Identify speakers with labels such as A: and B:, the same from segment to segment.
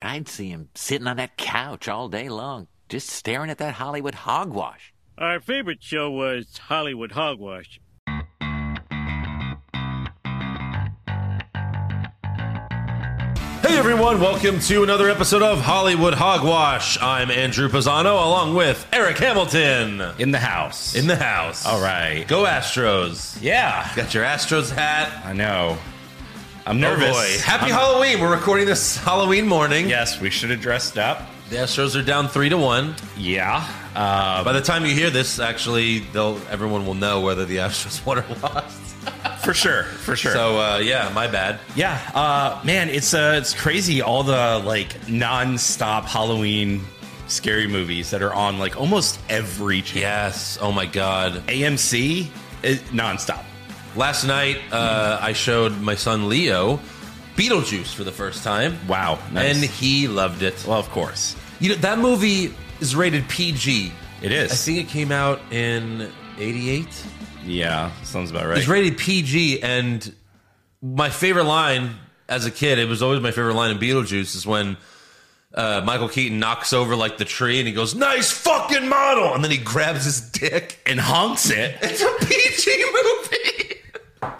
A: I'd see him sitting on that couch all day long, just staring at that Hollywood hogwash.
B: Our favorite show was Hollywood Hogwash.
C: Hey everyone, welcome to another episode of Hollywood Hogwash. I'm Andrew Pisano along with Eric Hamilton
D: In the house.
C: in the house.
D: All right.
C: Go Astros.
D: Yeah.
C: Got your Astros hat.
D: I know. I'm
C: Oh
D: nervous.
C: boy. Happy
D: I'm-
C: Halloween. We're recording this Halloween morning.
D: Yes, we should have dressed up.
C: The Astros are down 3 to 1.
D: Yeah. Uh,
C: By the time you hear this, actually, they'll everyone will know whether the Astros won or lost.
D: for sure. For sure.
C: So, uh, yeah, my bad.
D: yeah. Uh, man, it's uh, it's crazy all the like non-stop Halloween scary movies that are on like almost every channel.
C: Yes. Oh my god.
D: AMC is eh, nonstop.
C: Last night, uh, I showed my son Leo Beetlejuice for the first time.
D: Wow. Nice.
C: And he loved it.
D: well, of course.
C: You know, that movie is rated PG.
D: It is.
C: I think it came out in 88.
D: Yeah, sounds about right.
C: It's rated PG, and my favorite line as a kid, it was always my favorite line in Beetlejuice, is when uh, Michael Keaton knocks over like the tree and he goes, Nice fucking model! And then he grabs his dick.
D: and honks it.
C: It's a PG movie!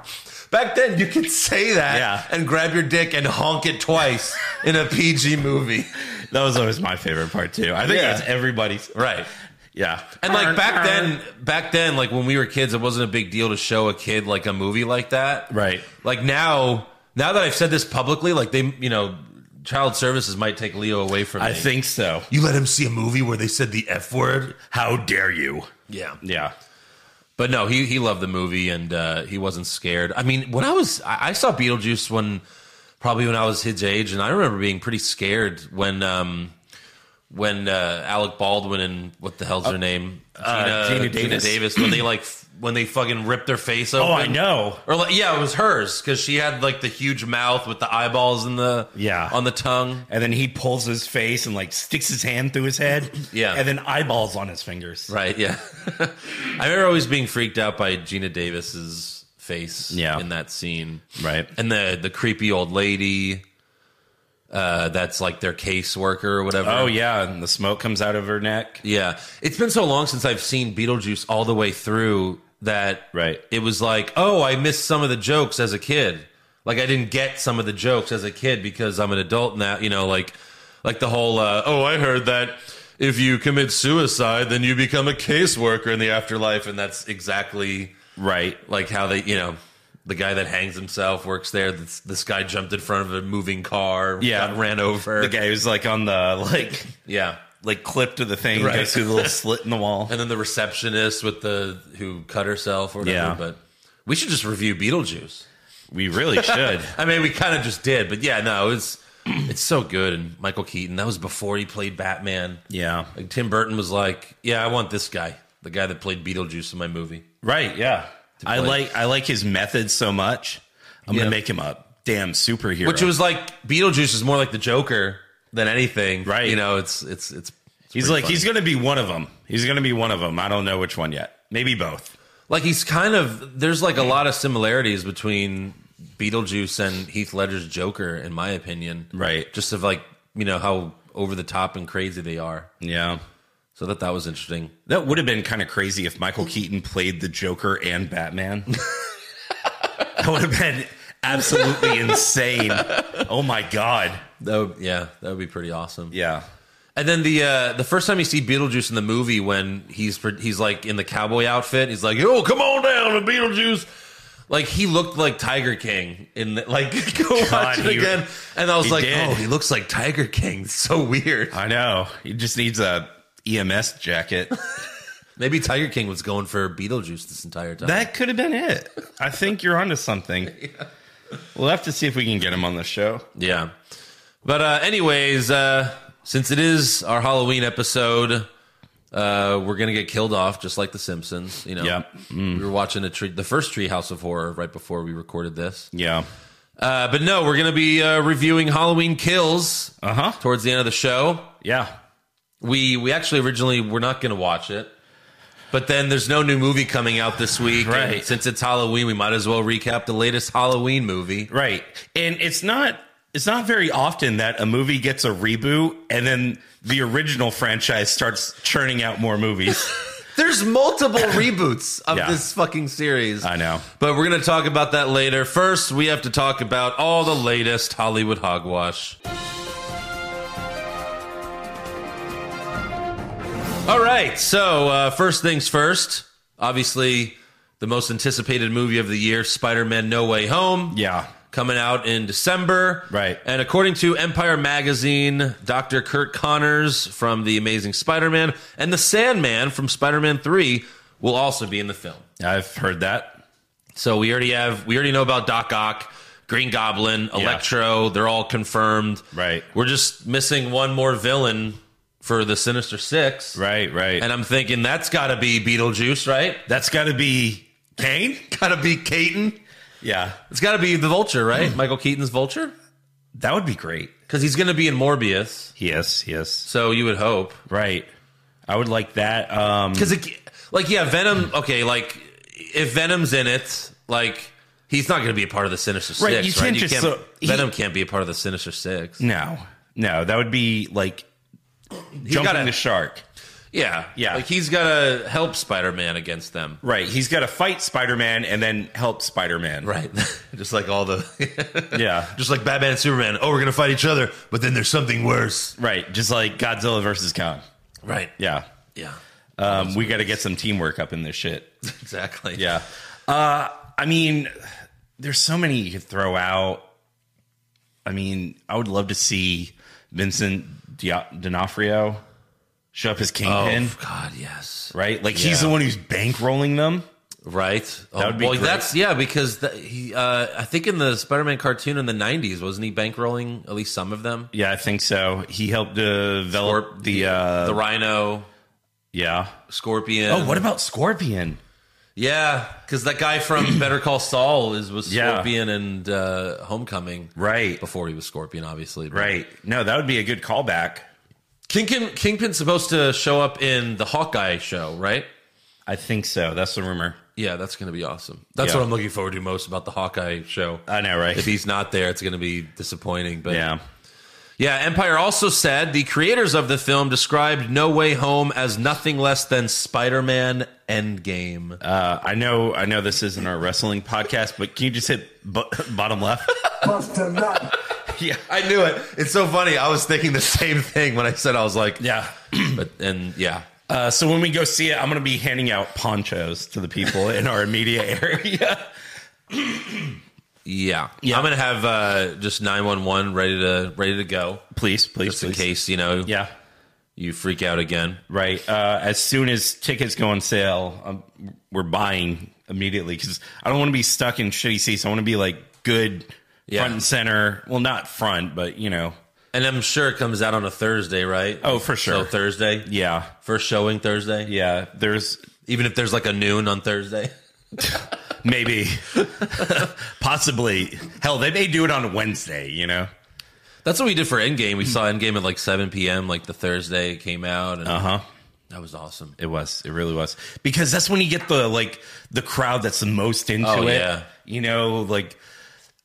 C: Back then, you could say that
D: Yeah.
C: and grab your dick and honk it twice in a PG movie.
D: That was always my favorite part too. I think
C: Yeah.
D: that's everybody's.
C: Right.
D: Yeah.
C: And like back then, back then, like when we were kids, it wasn't a big deal to show a kid like a movie like that.
D: Right.
C: Like now, now that I've said this publicly, like they, you know, child services might take Leo away from.
D: I
C: me.
D: think so.
C: you let him see a movie where they said the f word.
D: How dare you?
C: Yeah.
D: Yeah.
C: But no, he he loved the movie and uh, he wasn't scared. I mean, when I was, I, I saw Beetlejuice when probably when I was his age, and I remember being pretty scared when. um when uh, Alec Baldwin and what the hell's her name,
D: uh, Gina Davis?
C: when they like f- when they fucking ripped their face open.
D: Oh, I know.
C: Or like, yeah, it was hers because she had like the huge mouth with the eyeballs in the
D: Yeah.
C: on the tongue.
D: And then he pulls his face and like sticks his hand through his head.
C: Yeah.
D: And then eyeballs on his fingers.
C: Right. Yeah. I remember always being freaked out by Gina Davis's face
D: Yeah.
C: in that scene.
D: Right.
C: And the the creepy old lady uh, that's like their caseworker or whatever.
D: Oh yeah, and the smoke comes out of her neck.
C: Yeah. It's been so long since I've seen Beetlejuice all the way through that
D: Right.
C: it was like, oh, I missed some of the jokes as a kid. Like I didn't get some of the jokes as a kid because I'm an adult now, you know, like like the whole uh, oh, I heard that if you commit suicide, then you become a caseworker in the afterlife and that's exactly
D: Right.
C: like how they, you know, the guy that hangs himself works there. This, this guy jumped in front of a moving car,
D: Yeah.
C: got ran over.
D: The guy who's like on the like
C: yeah.
D: like clip to the thing
C: Right.
D: goes through the little slit in the wall.
C: and then the receptionist with the who cut herself or whatever.
D: Yeah.
C: But we should just review Beetlejuice.
D: We really should.
C: I mean, we kind of just did, but yeah, no, it's it's so good. And Michael Keaton, that was before he played Batman.
D: yeah.
C: Like Tim Burton was like, yeah, I want this guy, the guy that played Beetlejuice in my movie.
D: Right, yeah. I
C: play.
D: like I like his method so much. I'm
C: Yeah.
D: gonna make him a damn superhero.
C: Which was like Beetlejuice is more like the Joker than anything,
D: Right.
C: You know, it's it's it's. it's
D: he's
C: pretty
D: like
C: funny.
D: he's gonna be one of them. He's gonna be one of them. I don't know which one yet. Maybe both.
C: like he's kind of there's like a lot of similarities between Beetlejuice and Heath Ledger's Joker, in my opinion.
D: Right.
C: Just of like you know how over the top and crazy they are.
D: Yeah.
C: So that that was interesting.
D: That would have been kind of crazy if Michael Keaton played the Joker and Batman. that would have been absolutely insane. Oh my god.
C: That would, yeah, that would be pretty awesome.
D: Yeah.
C: And then the uh, the first time you see Beetlejuice in the movie when he's pre- he's like in the cowboy outfit, he's like, "Yo, come on down to Beetlejuice." Like he looked like Tiger King in the, like go watch
D: God,
C: it
D: he-
C: again, and I was
D: he
C: like,
D: did.
C: "Oh, he looks like Tiger King." It's so weird.
D: I know. He just needs a EMS jacket.
C: Maybe Tiger King was going for Beetlejuice this entire time.
D: That could have been it. I think you're onto something. We'll have to see if we can get him on the show.
C: yeah. But uh, anyways, uh, since it is our Halloween episode, uh, we're gonna get killed off just like The Simpsons. You know,
D: Yep. Mm.
C: we were watching a tree, the first Treehouse of Horror right before we recorded this.
D: Yeah.
C: Uh, but no, we're gonna be uh, reviewing Halloween Kills
D: Uh huh.
C: towards the end of the show.
D: Yeah.
C: We we actually originally were not going to watch it, but then there's no new movie coming out this week. and
D: Right.
C: since it's Halloween, we might as well recap the latest Halloween movie.
D: Right. And it's not it's not very often that a movie gets a reboot and then the original franchise starts churning out more movies.
C: There's multiple reboots of
D: Yeah.
C: this fucking series.
D: I know.
C: But we're going to talk about that later. First, we have to talk about all the latest Hollywood hogwash. All right. So, uh, first things first, obviously, the most anticipated movie of the year Spider Man No Way Home.
D: Yeah.
C: Coming out in December.
D: Right.
C: And according to Empire Magazine, Dr. Kurt Connors from The Amazing Spider Man and The Sandman from Spider Man 3 will also be in the film.
D: I've heard that.
C: So we already have we already know about Doc Ock, Green Goblin, Electro. They're all confirmed.
D: Right.
C: We're just missing one more villain for the Sinister Six.
D: Right, right.
C: And I'm thinking that's got to be Beetlejuice, right?
D: that's got to be Kane?
C: Got to be Keaton.
D: Yeah.
C: It's got to be the Vulture, right?
D: Hmm.
C: Michael Keaton's Vulture,
D: That would be great.
C: because he's going to be in Morbius.
D: Yes, yes.
C: So you would hope.
D: Right. I would like that. Um
C: because like yeah venom okay like if venom's in it like he's not going to be a part of the sinister six
D: Right,
C: right
D: you can't just so- he- Mm,
C: venom can't be a part of the sinister six
D: no. No, that would be like jumping
C: gotta-
D: the shark.
C: yeah
D: Yeah.
C: like he's got to help spider-man against them
D: Right. He's got to fight Spider-Man and then help Spider-Man.
C: right just like all the
D: Yeah.
C: just like batman and superman oh we're going to fight each other but then there's something worse
D: Right. Just like Godzilla versus Kong.
C: right
D: Yeah.
C: yeah
D: Um, we got to get some teamwork up in this shit.
C: exactly
D: Yeah. Uh, I mean, there's so many you could throw out. I mean, I would love to see Vincent Dia- D'Onofrio show up as
C: oh
D: Kingpin,
C: god yes
D: right? Like
C: Yeah.
D: he's the one who's bankrolling them.
C: right oh,
D: would be
C: well
D: great.
C: that's yeah because the, he uh i think in the spider-man cartoon in the 90s wasn't he bankrolling at least some of them
D: Yeah, I think so. He helped develop
C: Scorp-
D: the uh,
C: the rhino
D: yeah.
C: scorpion
D: Oh, what about Scorpion?
C: yeah because that guy from better call saul is was
D: Yeah.
C: scorpion and uh homecoming
D: Right,
C: before he was scorpion obviously but-
D: right. No, that would be a good callback.
C: kingpin kingpin's supposed to show up in the hawkeye show right
D: I think so. That's the rumor.
C: yeah that's gonna be awesome that's
D: Yeah.
C: what i'm looking forward to most about the hawkeye show
D: I know, right?
C: if he's not there it's gonna be disappointing but
D: yeah.
C: Yeah, Empire also said the creators of the film described No Way Home as nothing less than Spider Man Endgame.
D: Uh, I know. I know this isn't our wrestling podcast, but can you just hit bu- bottom left?
E: Buster Nut.
D: yeah.
C: I knew it. It's so funny. I was thinking the same thing when I said I was like,
D: Yeah.
C: but and yeah.
D: Uh, so when we go see it, I'm going to be handing out ponchos to the people in our immediate area.
C: Yeah. I'm gonna have uh just nine one one ready to ready to go.
D: Please, please,
C: Just in
D: please.
C: case, you know,
D: Yeah.
C: you freak out again.
D: Right. Uh, as soon as tickets go on sale, um, we're buying immediately because I don't want to be stuck in shitty seats. I want to be like good
C: Yeah.
D: front and center. Well, not front, but you know.
C: And I'm sure it comes out on a Thursday, right?
D: Oh, for
C: So
D: sure.
C: Thursday?
D: Yeah.
C: First showing Thursday?
D: Yeah. There's
C: Even if there's like a noon on Thursday.
D: maybe, possibly. Hell, they may do it on Wednesday. You know.
C: That's what we did for Endgame. We saw Endgame at like 7 p.m. Like the Thursday it came out, and
D: Uh huh.
C: that was awesome.
D: It was. It really was. Because that's when you get the like the crowd that's the most into
C: Oh,
D: it.
C: yeah.
D: You know, like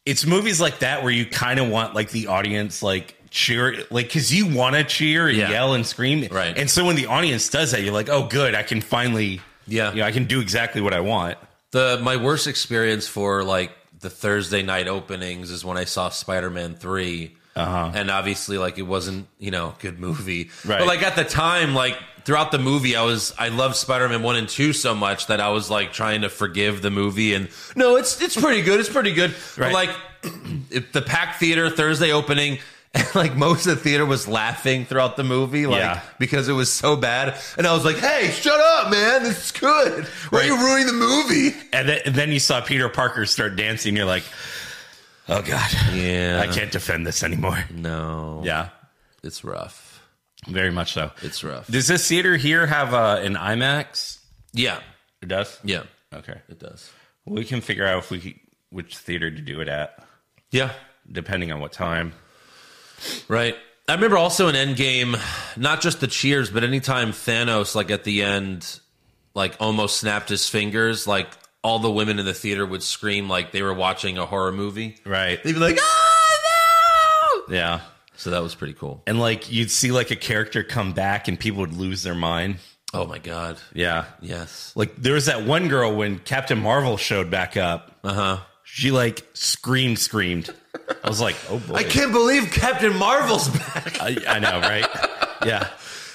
D: it's movies like that where you kind of want like the audience like cheer like cuz you want to cheer and
C: Yeah.
D: yell and scream.
C: Right.
D: And so when the audience does that, you're like, "Oh good, I can finally
C: Yeah.
D: you know, I can do exactly what I want."
C: The my worst experience for like the Thursday night openings is when I saw Spider Man 3 and obviously like it wasn't you know a good movie,
D: Uh-huh. Right.
C: but like at the time like throughout the movie I was I loved Spider Man one and two so much that I was like trying to forgive the movie and no it's it's pretty good it's pretty good but
D: Right.
C: like if the packed theater Thursday opening. And like most of the theater was laughing throughout the movie, like
D: Yeah.
C: because it was so bad. And I was like, "Hey, shut up, man! This is good. Why are you
D: Right.
C: ruining the movie?"
D: And then, and then you saw Peter Parker start dancing, you're like, "Oh god.
C: Yeah.
D: I can't defend this anymore."
C: No.
D: Yeah.
C: It's rough.
D: Very much so.
C: It's rough.
D: Does this theater here have uh, an IMAX?
C: Yeah.
D: It does?
C: Yeah.
D: Okay.
C: It does.
D: We can figure out if we could- which theater to do it at,
C: Yeah.
D: depending on what time.
C: Right. I remember also in Endgame, not just the cheers, but anytime Thanos, like at the end, like almost snapped his fingers, like all the women in the theater would scream like they were watching a horror movie.
D: Right.
C: They'd be like, oh
D: Yeah.
C: So that was pretty cool.
D: And like you'd see like a character come back and people would lose their mind.
C: Oh my god.
D: Yeah.
C: Yes.
D: Like there was that one girl when Captain Marvel showed back up. Uh
C: Uh-huh.
D: huh. She like screamed, screamed. I was like, oh boy.
C: I can't believe Captain Marvel's back.
D: I, I know, right? yeah.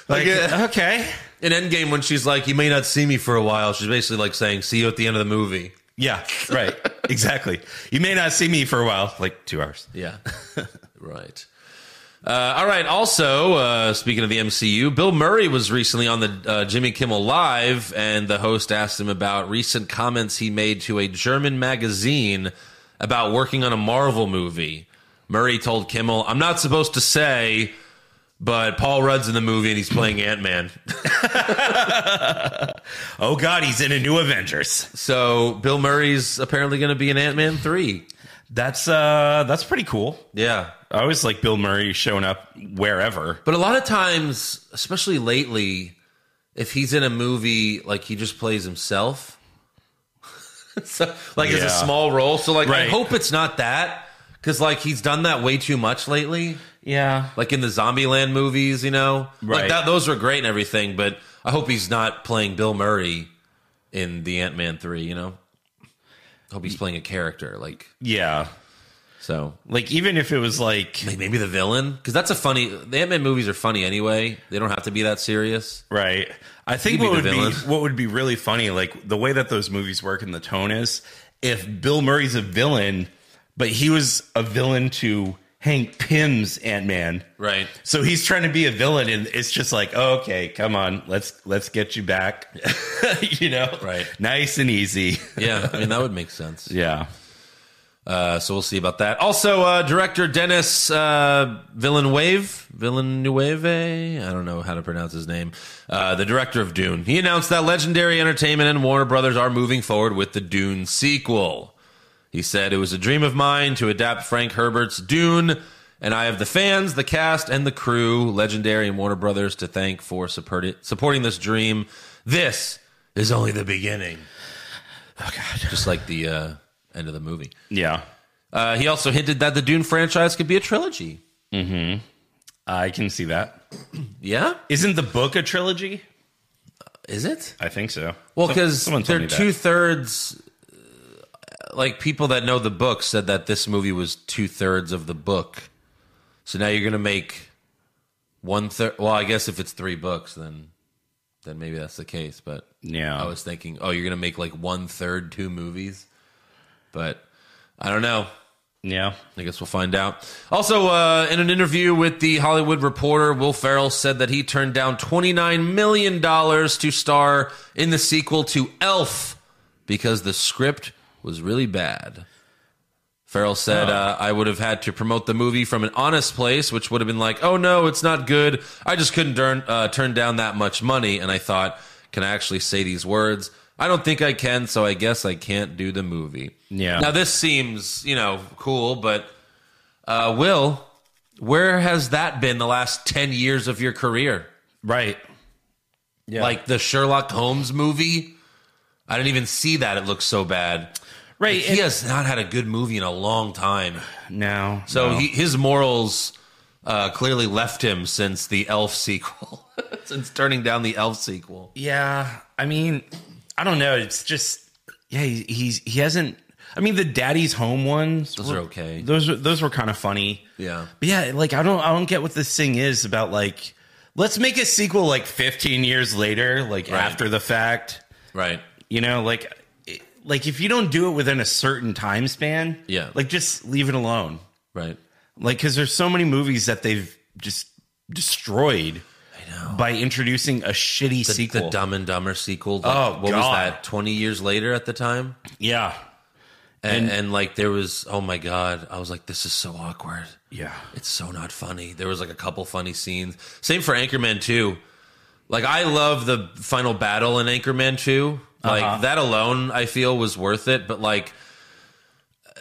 D: Like,
C: uh,
D: okay.
C: In Endgame, when she's like, "You may not see me for a while," she's basically like saying, "See you at the end of the movie."
D: Yeah, right. exactly. You may not see me for a while, like two hours.
C: Yeah. right. Uh, all right. Also, uh, speaking of the MCU, Bill Murray was recently on the uh, Jimmy Kimmel Live, and the host asked him about recent comments he made to a German magazine about working on a Marvel movie. Murray told Kimmel, I'm not supposed to say, but Paul Rudd's in the movie and he's playing Ant Man.
D: Oh God, he's in a new Avengers.
C: So Bill Murray's apparently going to be in Ant Man 3.
D: That's uh, that's pretty cool.
C: Yeah.
D: I always like Bill Murray showing up wherever.
C: But a lot of times, especially lately, if he's in a movie, like he just plays himself. so, like it's
D: Yeah.
C: a small role. So, like, I
D: Right.
C: hope it's not that because, like, he's done that way too much lately.
D: Yeah,
C: Like in the Zombieland movies, you know, like
D: Right.
C: that. Those were great and everything, but I hope he's not playing Bill Murray in the Ant Man three. You know, I hope he's playing a character. Like,
D: yeah.
C: so
D: Like even if it was like
C: like maybe the villain because that's a funny. The Ant Man movies are funny anyway. They don't have to be that serious.
D: Right. I
C: He'd
D: think
C: be
D: what would
C: the
D: be
C: villain.
D: what would be really funny, like the way that those movies work and the tone is, if Bill Murray's a villain, but he was a villain to Hank Pym's Ant Man.
C: Right.
D: So he's trying to be a villain, and it's just like, oh, okay, come on, let's let's get you back, you know,
C: Right.
D: Nice and easy.
C: yeah, I mean that would make sense.
D: Yeah,
C: Uh, so we'll see about that. Also, uh, director Dennis uh, Villeneuve, Villeneuve, I don't know how to pronounce his name, uh, the director of Dune. He announced that Legendary Entertainment and Warner Brothers are moving forward with the Dune sequel. He said, It was a dream of mine to adapt Frank Herbert's Dune, and I have the fans, the cast, and the crew, Legendary and Warner Brothers, to thank for support- supporting this dream. This is only the beginning. Oh, God. Just like the uh, end of the movie.
D: yeah.
C: Uh, he also hinted that the Dune franchise could be a trilogy.
D: I can see that.
C: Yeah,
D: Isn't the book a trilogy?
C: is it?
D: I think so.
C: Well,
D: Some-
C: because
D: someone told
C: they're
D: me that.
C: two thirds. uh, Like people that know the book said that this movie was two thirds of the book, so now you're gonna make one third. Well, I guess if it's three books, then then maybe that's the case. But
D: Yeah.
C: I was thinking, oh, you're gonna make like one third two movies, but I don't know.
D: yeah.
C: I guess we'll find out. Also, uh, in an interview with the Hollywood Reporter, Will Ferrell said that he turned down $29 million to star in the sequel to Elf because the script was really bad. Farrell said, uh, I would have had to promote the movie from an honest place, which would have been like, oh no, it's not good. I just couldn't turn, uh, turn down that much money. And I thought, can I actually say these words? I don't think I can, so I guess I can't do the movie.
D: Yeah.
C: Now, this seems, you know, cool, but uh, Will, where has that been the last 10 years of your career?
D: Right.
C: Like the Sherlock Holmes movie? I didn't even see that. It looks so bad.
D: Right.
C: He has not had a good movie in a long time.
D: now.
C: So he, his morals uh, clearly left him since the Elf sequel, since turning down the Elf sequel.
D: Yeah, I mean, I don't know. It's just yeah, he, he's he hasn't. I mean, the Daddy's Home ones.
C: Those are okay.
D: Those were- those were kind of funny.
C: Yeah.
D: But yeah, like I don't I don't get what this thing is about. Like, let's make a sequel like 15 years later, like after the fact.
C: Right.
D: You know, like it- like if you don't do it within a certain time span,
C: Yeah.
D: like just leave it alone.
C: Right.
D: Like, because there's so many movies that they've just destroyed. By introducing a shitty
C: The,
D: sequel,
C: the Dumb and Dumber sequel. like,
D: Oh,
C: what was
D: God.
C: that? Twenty years later at the time,
D: yeah,
C: and, and like there was. Oh my God! I was like, this is so awkward.
D: yeah,
C: It's so not funny. There was like a couple funny scenes. Same for Anchorman 2. Like I love the final battle in Anchorman 2. Like
D: Uh-huh.
C: that alone I feel was worth it, but like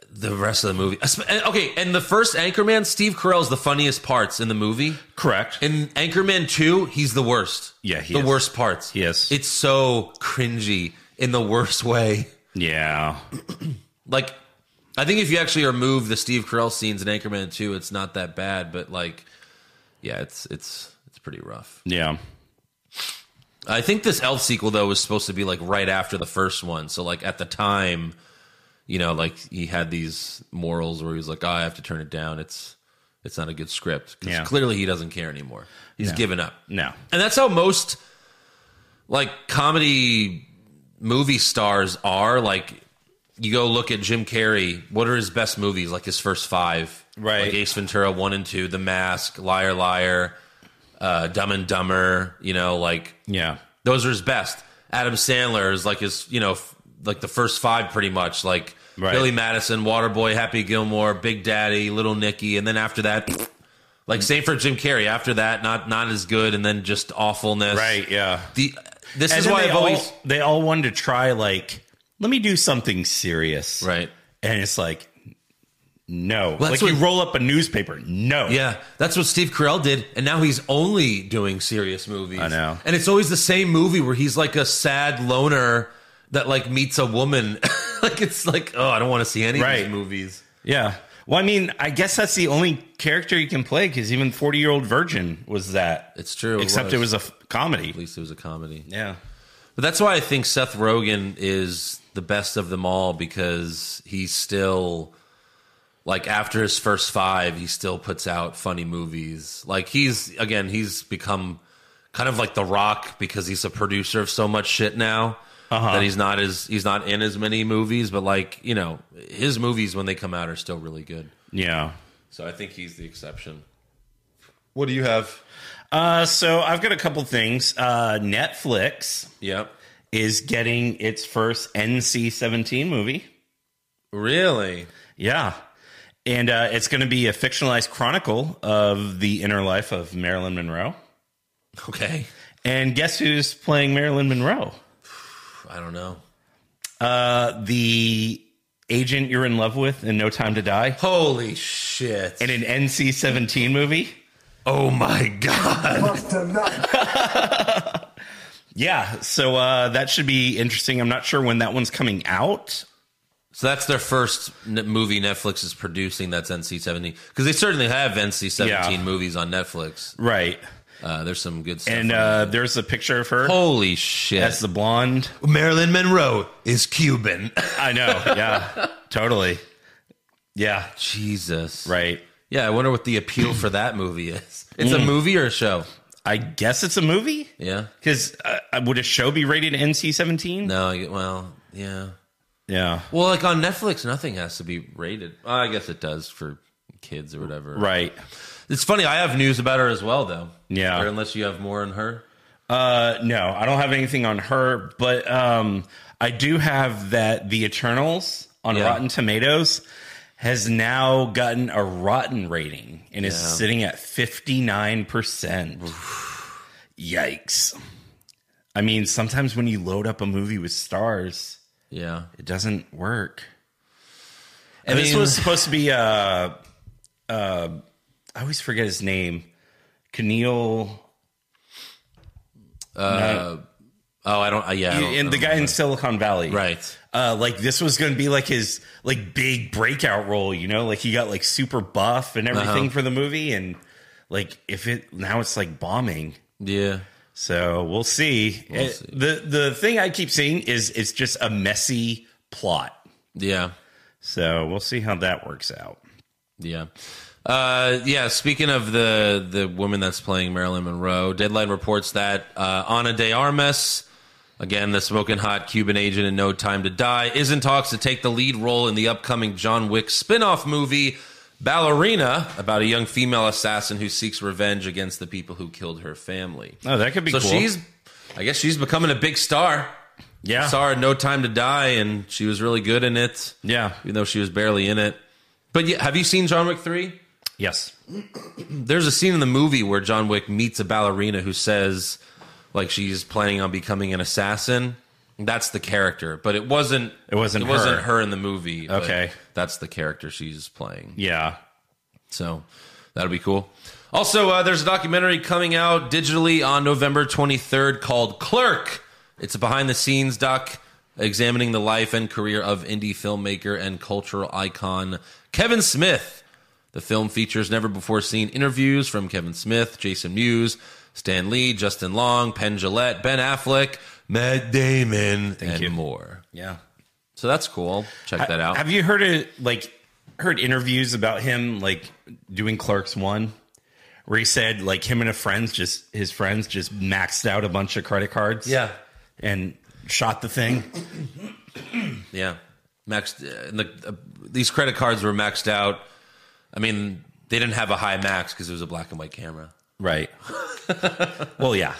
C: the rest of the movie. esp- and- Okay, and the first Anchorman, Steve Carell's the funniest parts in the movie.
D: correct.
C: In Anchorman 2, he's the worst.
D: Yeah, he
C: the
D: is.
C: worst parts.
D: He is.
C: It's so cringy in the worst way.
D: Yeah.
C: Like I think if you actually remove the Steve Carell scenes in Anchorman 2, it's not that bad, but like yeah, it's it's it's pretty rough.
D: Yeah.
C: I think this Elf sequel though was supposed to be like right after the first one. So like at the time, you know, like he had these morals where he was like, oh, "I have to turn it down. It's it's not a good script." 'Cause
D: Yeah.
C: clearly he doesn't care anymore. He's given up.
D: No.
C: And that's how most like comedy movie stars are. Like you go look at Jim Carrey, what are his best movies? Like his first five.
D: Right.
C: Like Ace Ventura one and two, The Mask, Liar Liar, uh, Dumb and Dumber, you know, like
D: Yeah.
C: those are his best. Adam Sandler is like his, you know, f- like the first five pretty much, like
D: Right.
C: Billy Madison, Waterboy, Happy Gilmore, Big Daddy, Little Nicky, and then after that, like same for Jim Carrey. After that, not not as good, and then just awfulness.
D: Right. Yeah.
C: The this
D: And
C: is
D: then
C: why
D: they
C: I've always
D: all, they all wanted to try like let me do something serious,
C: right.
D: And it's like no,
C: Well,
D: like
C: that's
D: you
C: what-
D: roll up a newspaper, no,
C: Yeah, that's what Steve Carell did, and now he's only doing serious movies.
D: I know.
C: and it's always the same movie where he's like a sad loner that like meets a woman. like it's like, oh, I don't want to see any of
D: Right.
C: these movies.
D: yeah. Well, I mean, I guess that's the only character you can play because even Forty Year Old Virgin was that.
C: It's true, it
D: except it was a f-
C: At
D: comedy.
C: least it was a comedy.
D: Yeah,
C: But that's why I think Seth Rogen is the best of them all because he's still like after his first five, he still puts out funny movies. Like he's again, he's become kind of like The Rock because he's a producer of so much shit now
D: Uh-huh.
C: that he's not as he's not in as many movies. But like you know, his movies when they come out are still really good.
D: yeah.
C: So I think he's the exception. What do you have?
D: Uh, so I've got a couple things. Uh, Netflix
C: Yep.
D: is getting its first NC-17 movie.
C: Really?
D: Yeah. And uh, it's going to be a fictionalized chronicle of the inner life of Marilyn Monroe.
C: Okay.
D: And guess who's playing Marilyn Monroe?
C: I don't know.
D: Uh, the agent you're in love with in No Time to Die
C: Holy shit.
D: in an NC 17 movie.
C: oh my god.
D: Yeah. So uh, that should be interesting. I'm not sure when that one's coming out.
C: So that's their first n- movie Netflix is producing that's NC-17 cuz they certainly have NC-17
D: Yeah.
C: movies on Netflix.
D: Right.
C: Uh, there's some good stuff.
D: And
C: on there.
D: uh, there's a picture of her.
C: holy shit.
D: That's the blonde.
C: Marilyn Monroe is Cuban.
D: I know. Yeah. totally. Yeah.
C: Jesus.
D: Right.
C: Yeah, I wonder what the appeal for that movie is. It's a movie or a show?
D: I guess it's a movie.
C: Yeah.
D: Because uh, would a show be rated NC seventeen?
C: No, I- well, yeah.
D: Yeah,
C: Well, like on Netflix nothing has to be rated. Uh, I guess it does for kids or whatever.
D: right.
C: It's funny. I have news about her as well, though.
D: Yeah.
C: Or unless you have more on her.
D: Uh, no, I don't have anything on her, but um, I do have that the Eternals on
C: Yeah.
D: Rotten Tomatoes has now gotten a rotten rating and is
C: Yeah.
D: sitting at fifty nine percent. Yikes! I mean, sometimes when you load up a movie with stars,
C: Yeah.
D: it doesn't work.
C: I
D: And this was supposed to be uh uh I always forget his name. Keneal
C: Oh, I don't. Uh, yeah. I don't-
D: and
C: I
D: the
C: don't
D: guy in Silicon Valley.
C: know. Right.
D: Uh like this was gonna be like his like big breakout role, you know? Like he got like super buff and everything
C: Uh-huh.
D: for the movie and like if it now it's like bombing.
C: Yeah.
D: So we'll see. It-
C: see.
D: The the thing I keep seeing is it's just a messy plot.
C: Yeah.
D: So we'll see how that works out.
C: Yeah. Uh, yeah. Speaking of the the woman that's playing Marilyn Monroe, Deadline reports that uh, Ana de Armas, again the smoking hot Cuban agent in No Time to Die, is in talks to take the lead role in the upcoming John Wick spin-off movie Ballerina, about a young female assassin who seeks revenge against the people who killed her family.
D: Oh, that could be
C: so
D: cool.
C: she's, I guess she's becoming a big star.
D: yeah.
C: Saw her in No Time to Die, and she was really good in it.
D: Yeah.
C: even though she was barely in it. But yeah, have you seen John Wick three?
D: Yes.
C: There's a scene in the movie where John Wick meets a ballerina who says, like, she's planning on becoming an assassin. That's the character, but it wasn't.
D: It wasn't
C: It wasn't
D: her.
C: her in the movie. but
D: Okay.
C: that's the character she's playing.
D: Yeah.
C: So that'll be cool. Also, uh, there's a documentary coming out digitally on November 23rd called Clerk. It's a behind the scenes doc examining the life and career of indie filmmaker and cultural icon Kevin Smith. The film features never before seen interviews from Kevin Smith, Jason Mewes, Stan Lee, Justin Long, Penn Gillette, Ben Affleck, Matt Damon, and
D: you.
C: more.
D: Yeah.
C: So that's cool. I'll Check that out.
D: Have you heard it like heard interviews about him like doing Clerks One, where he said like him and a friends just his friends just maxed out a bunch of credit cards.
C: yeah.
D: and shot the thing.
C: Yeah, maxed. uh, And the, uh, these credit cards were maxed out. I mean, they didn't have a high max because it was a black and white camera.
D: Right. well, yeah,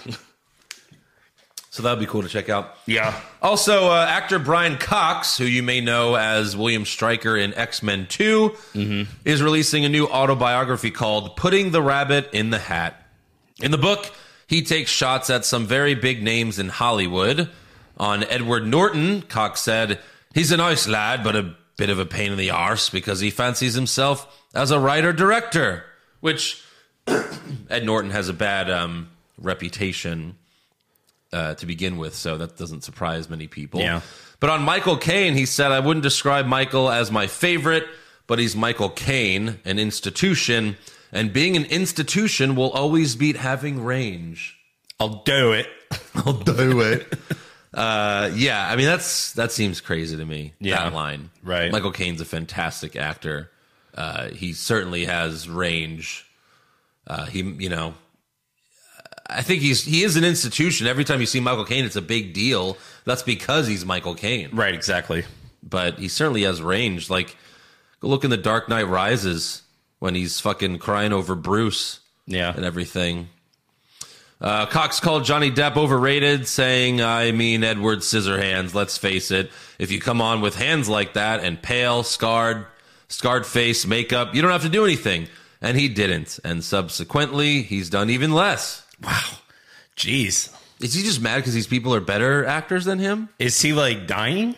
C: So that would be cool to check out.
D: yeah.
C: Also, uh, actor Brian Cox, who you may know as William Stryker in X Men 2, is releasing a new autobiography called Putting the Rabbit in the Hat. In the book, he takes shots at some very big names in Hollywood. On Edward Norton, Cox said, He's a nice lad, but a bit of a pain in the arse because he fancies himself as a writer director, which Ed Norton has a bad um, reputation uh, to begin with, so that doesn't surprise many people.
D: Yeah.
C: But on Michael Caine, he said, I wouldn't describe Michael as my favorite, but he's Michael Caine, an institution, and being an institution will always beat having range.
D: I'll do it.
C: I'll do it. Uh, yeah, I mean that's that seems crazy to me.
D: Yeah.
C: That line,
D: Right.
C: Michael Caine's a fantastic actor. Uh, he certainly has range. Uh, he, you know, I think he's he is an institution. Every time you see Michael Caine, it's a big deal. That's because he's Michael Caine,
D: Right, exactly.
C: but he certainly has range. Like, go look in The Dark Knight Rises when he's fucking crying over Bruce
D: Yeah,
C: and everything. Uh, Cox called Johnny Depp overrated, saying, I mean, Edward Scissorhands, let's face it. If you come on with hands like that and pale, scarred, scarred face, makeup, you don't have to do anything. And he didn't. And subsequently, he's done even less.
D: jeez,
C: Is he just mad because these people are better actors than him?
D: is he like dying?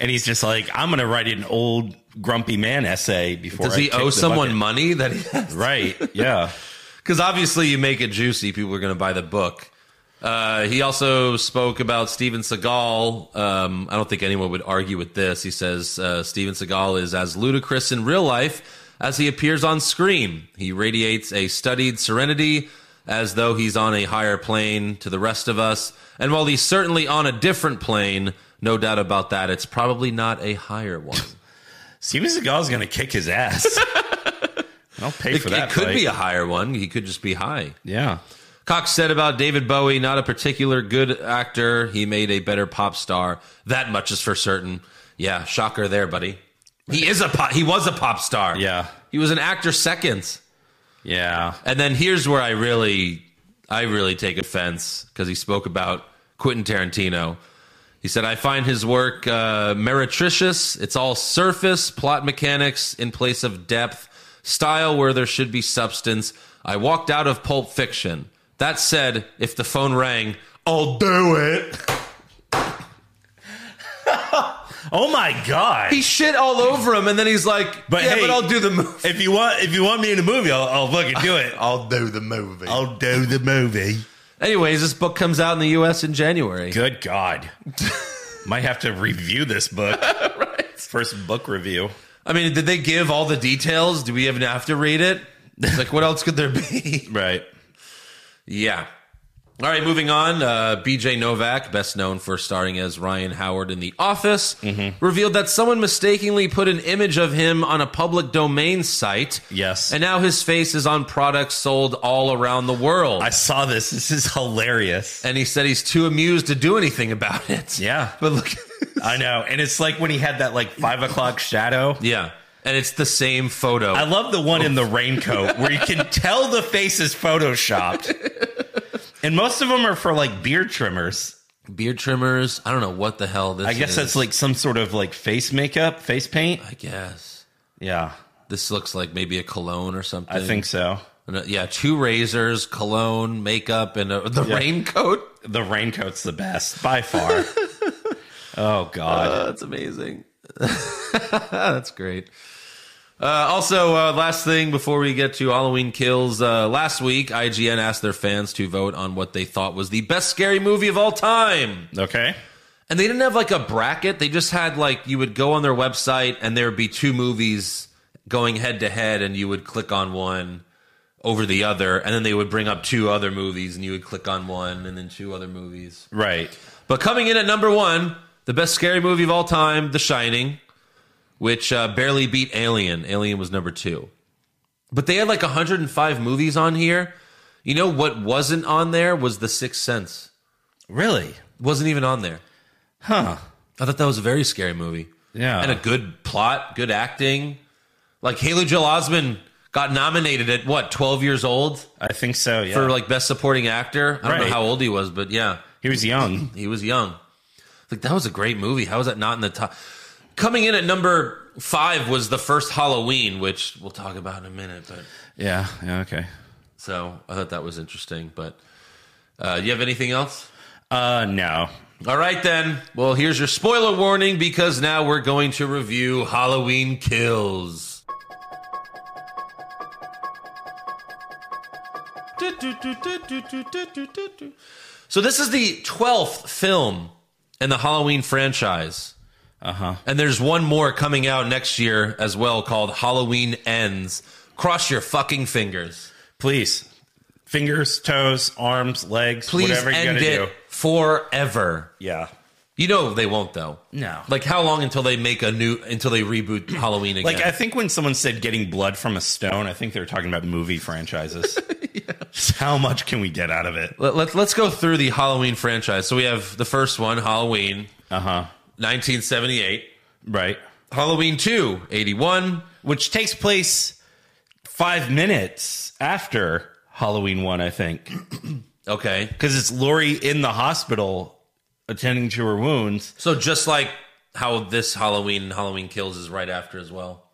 D: and he's just like, I'm gonna write an old grumpy man essay before.
C: Does
D: I
C: he
D: kick
C: owe
D: the
C: someone
D: bucket."
C: money that he has?
D: Right. Yeah.
C: Because obviously, you make it juicy, people are going to buy the book. Uh, he also spoke about Steven Seagal. Um, I don't think anyone would argue with this. He says uh, Steven Seagal is as ludicrous in real life as he appears on screen. He radiates a studied serenity as though he's on a higher plane to the rest of us. And while he's certainly on a different plane, no doubt about that, it's probably not a higher one.
D: Steven Seagal's gonna kick his ass. I'll pay
C: it
D: for that.
C: it could
D: fight.
C: be a higher one. He could just be high.
D: yeah.
C: Cox said about David Bowie, not a particular good actor. He made a better pop star. That much is for certain. Yeah, shocker there, buddy. He is a pop, he was a pop star.
D: Yeah.
C: He was an actor seconds.
D: Yeah.
C: And then here's where I really I really take offense because he spoke about Quentin Tarantino. He said, I find his work uh, meretricious. It's all surface, plot mechanics in place of depth, style where there should be substance. I walked out of Pulp Fiction. That said, if the phone rang, I'll do it.
D: Oh my god.
C: He shit all over him, and then he's like,
D: But
C: Yeah,
D: hey-
C: but I'll do the movie.
D: If you want, if you want me in a movie, I'll, I'll fucking do it.
C: I'll do the movie.
D: I'll do the movie.
C: Anyways, this book comes out in the US in January.
D: Good God, might have to review this book. First book review.
C: I mean, did they give all the details? Do we even have to read it? It's like, what else could there be?
D: Right.
C: yeah. All right, moving on. Uh, BJ Novak, best known for starring as Ryan Howard in The Office,
D: Mm-hmm.
C: revealed that someone mistakenly put an image of him on a public domain site.
D: Yes.
C: And now his face is on products sold all around the world.
D: I saw this. This is hilarious.
C: and he said he's too amused to do anything about it.
D: Yeah.
C: But look.
D: I know, and it's like when he had that like five o'clock shadow.
C: yeah. And it's the same photo.
D: I love the one in the raincoat where you can tell the face is photoshopped, and most of them are for like beard trimmers.
C: Beard trimmers. I don't know what the hell this
D: I guess
C: is.
D: that's like some sort of like face makeup, face paint.
C: I guess.
D: Yeah,
C: This looks like maybe a cologne or something.
D: I think so.
C: And, uh, Yeah, two razors, cologne, makeup, and a, the
D: Yeah.
C: raincoat.
D: The raincoat's the best by far. oh God.
C: Uh, that's amazing. that's great. Uh, also, uh, last thing before we get to Halloween Kills, uh, last week IGN asked their fans to vote on what they thought was the best scary movie of all time.
D: okay.
C: and they didn't have like a bracket. They just had like you would go on their website and there would be two movies going head to head, and you would click on one over the other, and then they would bring up two other movies, and you would click on one, and then two other movies.
D: Right.
C: But coming in at number one, the best scary movie of all time, The Shining, which uh, barely beat Alien. Alien was number two. But they had like 105 movies on here. You know what wasn't on there was The Sixth Sense.
D: Really?
C: Wasn't even on there.
D: Huh.
C: I thought that was a very scary movie.
D: Yeah.
C: And a good plot, good acting. Like Haley Joel Osment got nominated at what, 12 years old
D: I think so. Yeah.
C: for like best supporting actor. I don't
D: Right.
C: know how old he was, but yeah.
D: he was young.
C: He was young. Like that was a great movie. How is that not in the top? Coming in at number five was the first Halloween, which we'll talk about in a minute. But
D: yeah. Yeah. Okay.
C: so I thought that was interesting. But uh, you have anything else?
D: Uh, no.
C: All right then. Well, here's your spoiler warning because now we're going to review Halloween Kills. So this is the 12th film in the Halloween franchise. Uh-huh. And there's one more coming out next year as well called Halloween Ends. Cross your fucking fingers.
D: Please. Fingers, toes, arms, legs,
C: Please
D: whatever you
C: end
D: gotta
C: it
D: do.
C: forever.
D: Yeah.
C: You know they won't though.
D: No.
C: Like how long until they make a new until they reboot Halloween again?
D: Like I think when someone said getting blood from a stone, I think they were talking about movie franchises. Just How much can we get out of it?
C: let, let, let's go through the Halloween franchise. So we have the first one, Halloween,
D: Uh huh.
C: 1978.
D: Right.
C: Halloween 2, 81.
D: Which takes place five minutes after Halloween one, I think,
C: Okay.
D: because it's Lori in the hospital attending to her wounds.
C: So just like how this Halloween Halloween Kills is right after as well.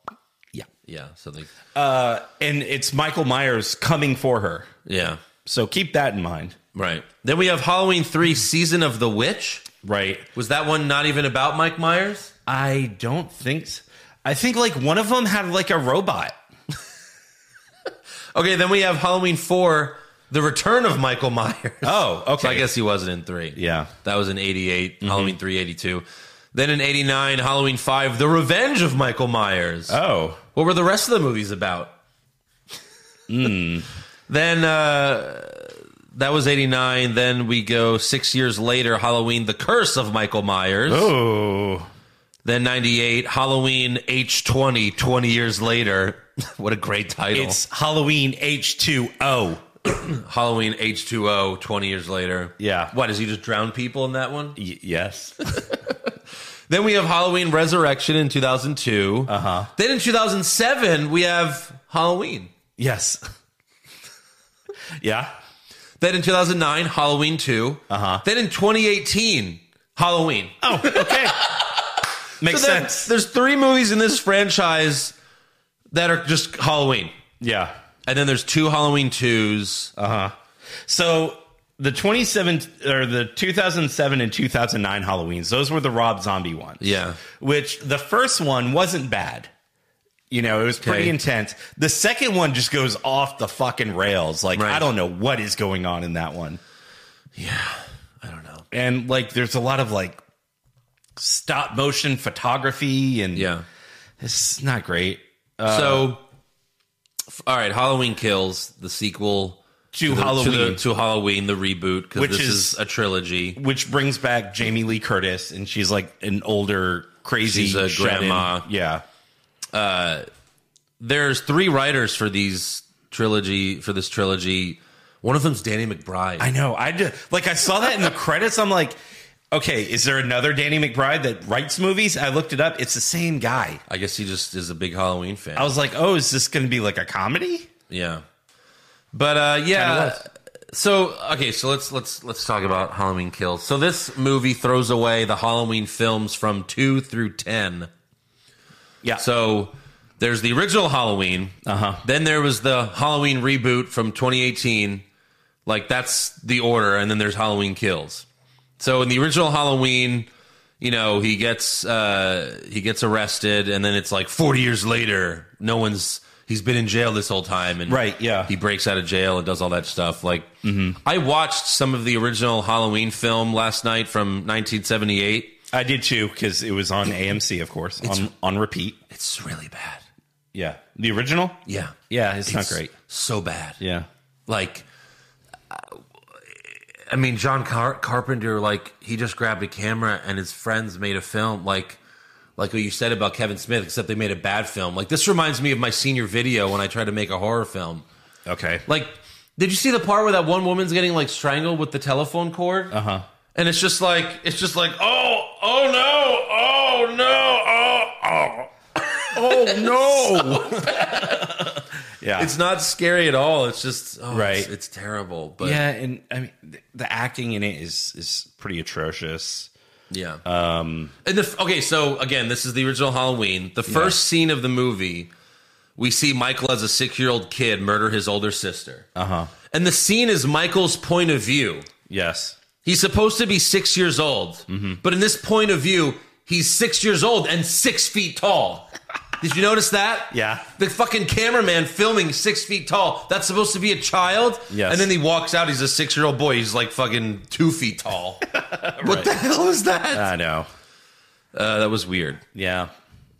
D: Yeah.
C: Yeah. So they.
D: And it's Michael Myers coming for her.
C: Yeah.
D: So keep that in mind.
C: Right. Then we have Halloween 3, Season of the Witch.
D: Right.
C: Was that one not even about Mike Myers?
D: I don't think. s I I think like one of them had like a robot.
C: Okay. Then we have Halloween 4, The Return of Michael Myers.
D: Oh, okay.
C: So I guess he wasn't in three.
D: Yeah.
C: That was in 88,
D: Mm-hmm.
C: Halloween 3, 82. Then in 89, Halloween 5, The Revenge of Michael Myers.
D: Oh,
C: What were the rest of the movies about?
D: Hmm.
C: Then uh, that was 89. Then we go six years later, Halloween, The Curse of Michael Myers.
D: oh,
C: Then 98, Halloween H20, 20 years later. what a great title.
D: it's Halloween H two O.
C: Halloween H2O, 20 years later.
D: Yeah.
C: What, does he just drown people in that one?
D: Yes,
C: Then we have Halloween Resurrection in 2002. Uh
D: Uh-huh.
C: huh. Then in 2007, we have Halloween.
D: yes, yeah.
C: Then in 2009, Halloween 2. Uh
D: Uh-huh.
C: huh. Then in 2018, Halloween.
D: Oh, okay, makes
C: So there-
D: sense.
C: There's three movies in this franchise that are just Halloween.
D: Yeah. Uh-huh.
C: And then there's two Halloween 2s.
D: So the twenty seven or the two thousand seven and two thousand nine Halloweens. Those were the Rob Zombie ones.
C: Yeah.
D: which the first one wasn't bad. You know, it was pretty
C: Okay.
D: intense. The second one just goes off the fucking rails. Like,
C: Right.
D: I don't know what is going on in that one.
C: I don't know.
D: And like, there's a lot of like stop motion photography and
C: Yeah.
D: it's not great. Uh,
C: so, f- all right, Halloween Kills, the sequel
D: To
C: the-
D: Halloween,
C: To, the- to Halloween, the reboot, because
D: Which
C: this
D: is-
C: is a trilogy.
D: which brings back Jamie Lee Curtis and she's like an older, crazy
C: She's a
D: shut-in.
C: grandma.
D: Yeah.
C: there's three writers for these trilogy for this trilogy. One of them's Danny McBride.
D: I know. I just, like I saw that in the credits. I'm like, okay, is there another Danny McBride that writes movies? I looked it up. It's the same guy.
C: I guess he just is a big Halloween fan.
D: I was like, oh, is this going to be like a comedy?
C: yeah, but uh, yeah.
D: Kinda was.
C: So okay, so let's let's let's talk about Halloween Kills. So this movie throws away the Halloween films from two through ten.
D: Yeah. So
C: So there's the original Halloween.
D: Uh-huh.
C: Then there was the Halloween reboot from 2018. Like that's the order, and then there's Halloween Kills. So in the original Halloween, you know he gets uh, he gets arrested, and then it's like 40 years later, no one's he's been in jail this whole time, and
D: Right, yeah. Mm-hmm.
C: he breaks out of jail and does all that stuff. Like I watched some of the original Halloween film last night from 1978.
D: I did too because it was on AMC, of course, on on repeat.
C: It's really bad.
D: Yeah, the original.
C: Yeah,
D: Yeah, it's, not great.
C: So bad.
D: Yeah,
C: like uh, I mean John Car- Carpenter like he just grabbed a camera and his friends made a film like like what you said about Kevin Smith except they made a bad film. Like this reminds me of my senior video when I tried to make a horror film.
D: okay.
C: Like did you see the part where that one woman's getting like strangled with the telephone cord?
D: Uh-huh.
C: And it's just like it's just like oh oh no oh no oh oh
D: Oh no! yeah,
C: it's not scary at all. It's just oh,
D: Right.
C: It's, it's terrible. But
D: yeah, and I mean th- the acting in it is is pretty atrocious.
C: Yeah. Um. And the okay, so again, this is the original Halloween. The first scene of the movie, we see Michael as a six-year-old kid murder his older sister,
D: Uh huh.
C: and the scene is Michael's point of view.
D: Yes.
C: He's supposed to be six years old,
D: Mm-hmm.
C: but in this point of view, he's six years old and six feet tall. Did you notice that?
D: Yeah.
C: The fucking cameraman filming six feet tall. That's supposed to be a child.
D: Yes.
C: And then he walks out. He's a six year old boy. He's like fucking two feet tall. What the hell is that?
D: I know.
C: Uh, that was weird.
D: Yeah.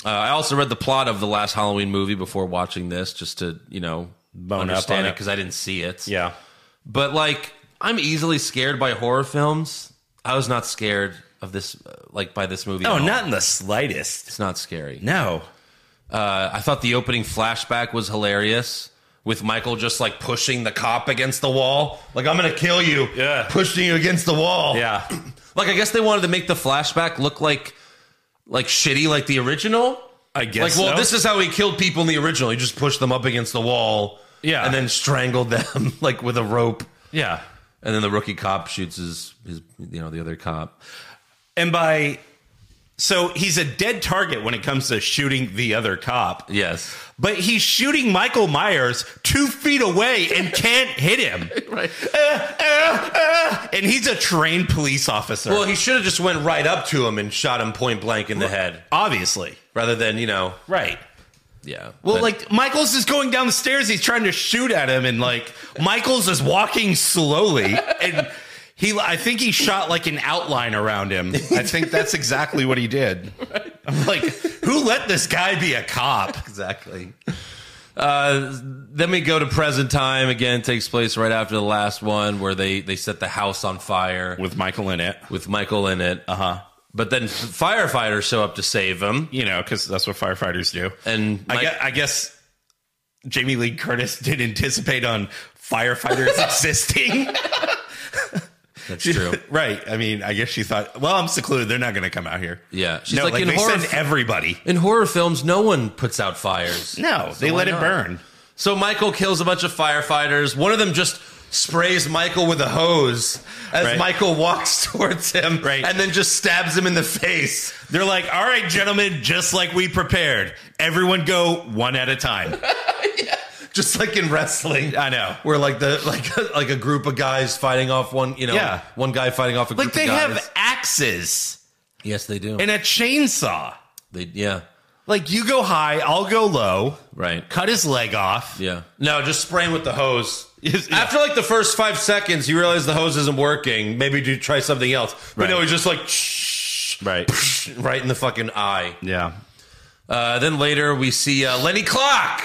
C: Uh, I also read the plot of the last Halloween movie before watching this, just to you know
D: Bone up
C: understand
D: on
C: it
D: it.
C: because I didn't see it.
D: Yeah.
C: but like I'm easily scared by horror films. I was not scared of this, uh, like by this movie.
D: No,
C: at all.
D: not in the slightest.
C: it's not scary.
D: No.
C: Uh, I thought the opening flashback was hilarious with Michael just like pushing the cop against the wall, like I'm gonna kill you.
D: Yeah.
C: pushing you against the wall.
D: Yeah.
C: like I guess they wanted to make the flashback look like like shitty, like the original.
D: I
C: Like,
D: guess.
C: well,
D: so.
C: this is how he killed people in the original. He just pushed them up against the wall,
D: Yeah.
C: and then strangled them like with a rope.
D: yeah.
C: And then the rookie cop shoots his, his you know, the other cop.
D: And by so he's a dead target when it comes to shooting the other cop,
C: Yes,
D: but he's shooting Michael Myers two feet away and can't hit him.
C: right.
D: Uh, uh, uh, and he's a trained police officer.
C: Well, he should have just went right up to him and shot him point blank in the head,
D: obviously.
C: rather than you know,
D: Right.
C: yeah.
D: Well,
C: But-
D: like Michaels is going down the stairs. He's trying to shoot at him, and like Michaels is walking slowly, and he, I think he shot like an outline around him. I think that's exactly what he did. I'm like, who let this guy be a cop?
C: exactly. Uh, then we go to present time again. Takes place right after the last one, where they they set the house on fire with,
D: With Michael in it,
C: Michael in it. Uh
D: Uh-huh.
C: But then firefighters show up to save him.
D: you know, because that's what firefighters do.
C: And
D: I,
C: Mike-
D: guess, I guess Jamie Lee Curtis did anticipate on firefighters existing.
C: that's true.
D: right. I mean, I guess she thought, well, I'm secluded. They're not going to come out here.
C: Yeah. She's
D: She's no,
C: like,
D: like,
C: in
D: they
C: horror
D: send
C: f-
D: everybody.
C: In horror films, no one puts out fires.
D: No, they
C: why
D: let it
C: not?
D: burn.
C: So Michael kills a bunch of firefighters. One of them just sprays Michael with a hose as
D: Right.
C: Michael walks towards him
D: Right.
C: and then just stabs him in the face.
D: They're like, all right, gentlemen, just like we prepared, everyone go one at a time.
C: Just like in wrestling.
D: I know.
C: Where like the like like a group of guys fighting off one, you know,
D: Yeah.
C: one guy fighting off a group
D: Like they
C: of guys.
D: have axes
C: yes, they do.
D: and a chainsaw.
C: they yeah.
D: Like you go high, I'll go low,
C: Right.
D: cut his leg off.
C: Yeah. No, just spraying with the hose.
D: Yes, yeah.
C: After like the first five seconds, you realize the hose isn't working. Maybe do try something else. But
D: Right.
C: no, he's just like shh,
D: Right.
C: right in the fucking eye.
D: Yeah.
C: Uh, then later we see uh, Lenny Clark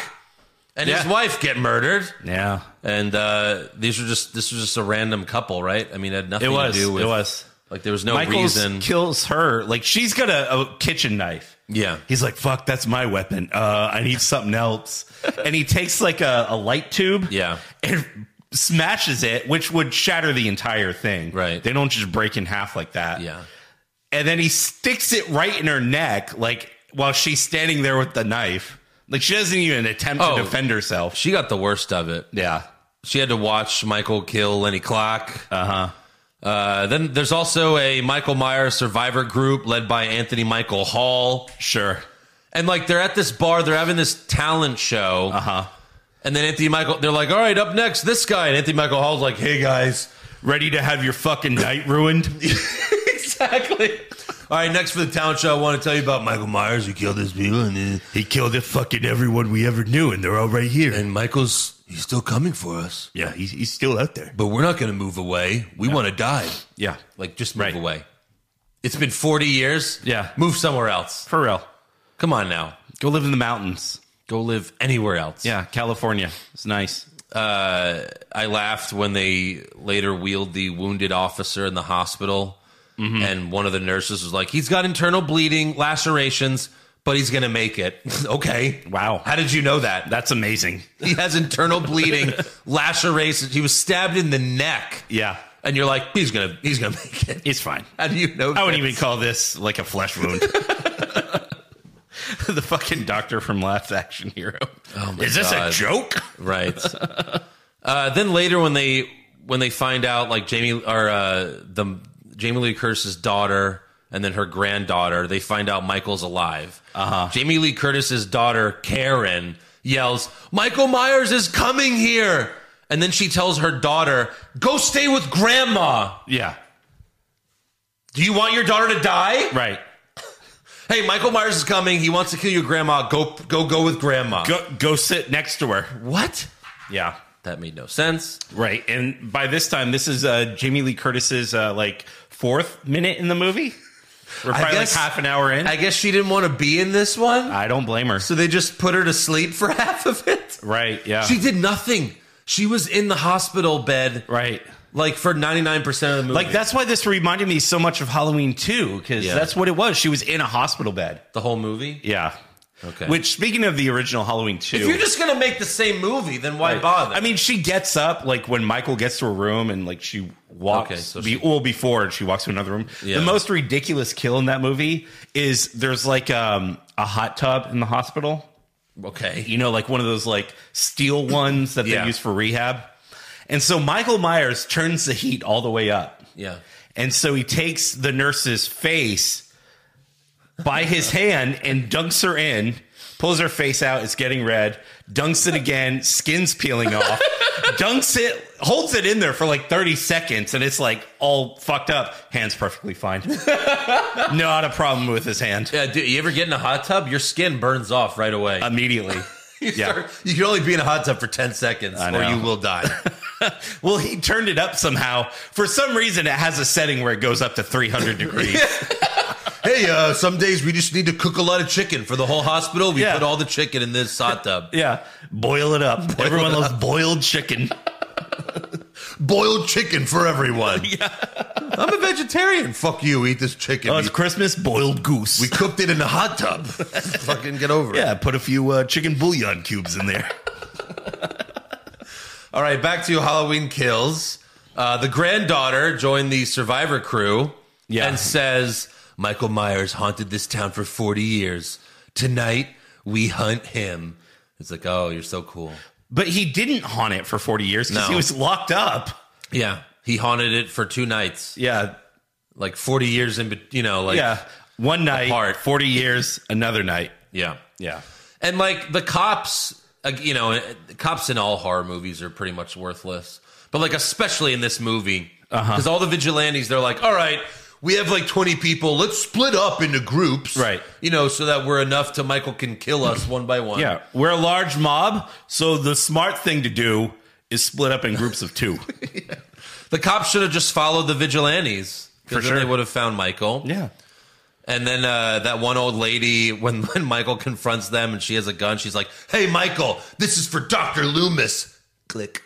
C: and his
D: Yeah.
C: wife get murdered.
D: Yeah.
C: And uh, these were just this was just a random couple, right? I mean, it had nothing
D: It was.
C: to do with
D: it was.
C: like there was no
D: Michaels
C: reason.
D: kills her. Like she's got a, a kitchen knife.
C: yeah.
D: He's like, fuck, that's my weapon. Uh, I need something else. and he takes like a, a light tube.
C: Yeah.
D: And smashes it, which would shatter the entire thing.
C: Right.
D: They don't just break in half like that.
C: Yeah.
D: And then he sticks it right in her neck, like while she's standing there with the knife. Like she doesn't even attempt
C: Oh.
D: to defend herself.
C: She got the worst of it.
D: Yeah.
C: She had to watch Michael kill Lenny Clark. Uh-huh. Then there's also a Michael Myers survivor group led by Anthony Michael Hall.
D: Sure.
C: And like they're at this bar, they're having this talent show.
D: Uh-huh.
C: And then Anthony Michael, they're like, all right, up next, this guy. And Anthony Michael Hall's like, hey guys.
D: Ready to have your fucking night ruined?
C: exactly. All right, next for the talent show, I want to tell you about Michael Myers. He killed his people, and, uh,
D: He killed the fucking everyone we ever knew, and they're all right here.
C: and Michael's he's still coming for us.
D: yeah, he's, he's still out there.
C: But we're not going to move away. We want to die.
D: Yeah,
C: Like, just move
D: Right.
C: away. It's been 40 years.
D: Yeah.
C: Move somewhere else.
D: for real.
C: Come on now.
D: Go live in the mountains.
C: Go live anywhere else.
D: Yeah, California. It's nice.
C: I laughed when they later wheeled the wounded officer in the hospital, and one of the nurses was like, "He's got internal bleeding, lacerations, but he's gonna make it." okay,
D: Wow.
C: How did you know that?
D: That's amazing.
C: He has internal bleeding, lacerations. He was stabbed in the neck,
D: Yeah,
C: and you're like, "He's gonna, he's gonna make it."
D: it's fine.
C: How do you know?
D: I
C: that?
D: wouldn't even call this like a flesh wound. the fucking doctor from Last Action Hero. Is this
C: God.
D: a joke?
C: right. uh, then later when they when they find out like Jamie or uh, the Jamie Lee Curtis's daughter and then her granddaughter, they find out Michael's alive. Uh-huh. Jamie Lee Curtis's daughter Karen yells, "Michael Myers is coming here!" And then she tells her daughter, "Go stay with Grandma.
D: Yeah,
C: Do you want your daughter to die?
D: right.
C: Hey, Michael Myers is coming. He wants to kill your grandma. Go, go, go with Grandma.
D: Go go sit next to her.
C: What?"
D: Yeah.
C: That made no sense.
D: Right. And by this time, this is uh, Jamie Lee Curtis's uh, like fourth minute in the movie. We're
C: I
D: probably
C: guess-
D: like half an hour in.
C: I
D: I,
C: guess she didn't want to be in this one.
D: don't blame her.
C: So they just put her to sleep for half of it.
D: Right. Yeah.
C: She did nothing. She was in the hospital bed,
D: right.
C: like for ninety nine percent of the movie.
D: Like that's why this reminded me so much of Halloween 2 because
C: Yeah.
D: that's what it was. She was in a hospital bed.
C: the whole movie.
D: Yeah.
C: Okay.
D: Which speaking of the original Halloween 2.
C: if you're just gonna make the same movie, then why bother?
D: I mean, she gets up like when Michael gets to her room and like she walks.
C: Okay, so
D: be,
C: she-
D: well, before she walks to another room.
C: Yeah.
D: The most ridiculous kill in that movie is there's like um, a hot tub in the hospital.
C: okay.
D: You know, like one of those like steel ones that
C: Yeah.
D: they use for rehab. And so Michael Myers turns the heat all the way up.
C: Yeah.
D: And so he takes the nurse's face by his hand and dunks her in, pulls her face out, it's getting red, dunks it again, skin's peeling off, dunks it, holds it in there for like 30 seconds, and it's like all fucked up. Hand's perfectly fine. Not a problem with his hand.
C: Yeah, dude, you ever get in a hot tub? Your skin burns off right away.
D: Immediately.
C: you,
D: yeah.
C: start- you can only be in a hot tub for ten seconds,
D: I
C: or
D: know.
C: you will die.
D: Well, he turned it up somehow. For some reason, it has a setting where it goes up to 300 degrees.
C: hey, uh, some days we just need to cook a lot of chicken for the whole hospital. We
D: Yeah.
C: put all the chicken in this hot tub.
D: yeah. Boil it up. Everyone loves boiled chicken.
C: boiled chicken for everyone. I'm a vegetarian. Fuck you. Eat this chicken.
D: Oh, it's Christmas, boiled goose.
C: we cooked it in a hot tub. Fucking get over it.
D: Yeah, put a few uh, chicken bouillon cubes in there.
C: All right, back to Halloween kills. Uh, the granddaughter joined the survivor crew
D: Yeah.
C: and says Michael Myers haunted this town for 40 years. Tonight we hunt him. It's like, oh, you're so cool.
D: but he didn't haunt it for 40 years because
C: No.
D: he was locked up.
C: Yeah, he haunted it for two nights,
D: Yeah.
C: like 40 years in, bet- you know, like
D: yeah. One night,
C: apart.
D: 40 years, another night.
C: yeah.
D: Yeah.
C: And like the cops, uh, you know, uh, cops in all horror movies are pretty much worthless. But like especially in this movie,
D: Uh-huh.
C: because all the vigilantes, they're like, all right, we have like twenty people. Let's split up into groups,
D: Right.
C: You know, so that we're enough to Michael can kill us one by one.
D: Yeah. We're a large mob. So the smart thing to do is split up in groups of two.
C: The cops should have just followed the vigilantes.
D: For
C: Because then
D: sure.
C: they would have found Michael.
D: yeah.
C: And then uh, that one old lady, when, when Michael confronts them and she has a gun, she's like, hey, Michael, this is for Dr. Loomis. Click.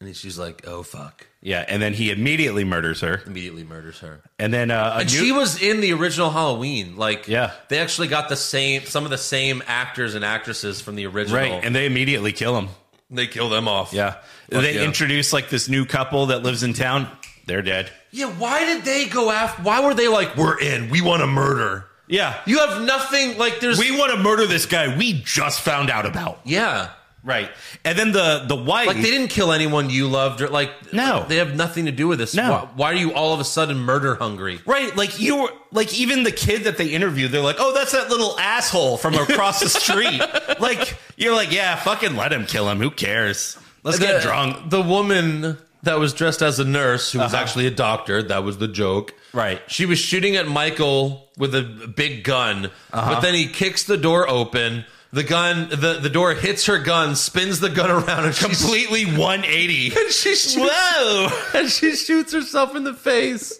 C: And she's like, oh, fuck.
D: Yeah. And then he immediately murders her.
C: Immediately murders her.
D: And then uh, a
C: And
D: new-
C: she was in the original Halloween. Like,
D: Yeah.
C: they actually got the same, some of the same actors and actresses from the original.
D: Right. And they immediately kill him.
C: they kill them off.
D: Yeah.
C: Fuck
D: they
C: yeah.
D: introduce like this new couple that lives in town. They're dead.
C: yeah. Why did they go after? Why were they like, we're in, we want to murder?
D: Yeah.
C: You have nothing. Like, there's
D: we want to murder this guy we just found out about.
C: yeah.
D: Right. And then the the wife
C: Like they didn't kill anyone you loved, or like
D: No.
C: they have nothing to do with this.
D: No.
C: Why, why are you all of a sudden murder hungry?
D: Right, like you were like even the kid that they interviewed, they're like, "Oh, that's that little asshole from across the street." like you're like, "Yeah, fucking let him kill him. Who cares? Let's get
C: The-
D: drunk."
C: The woman that was dressed as a nurse who was actually a doctor. That was the joke.
D: Right.
C: She was shooting at Michael with a big gun, but then he kicks the door open. The gun, the, the door hits her gun, spins the gun around, and she's
D: Completely 180.
C: and she shoots, whoa, and she shoots herself in the face.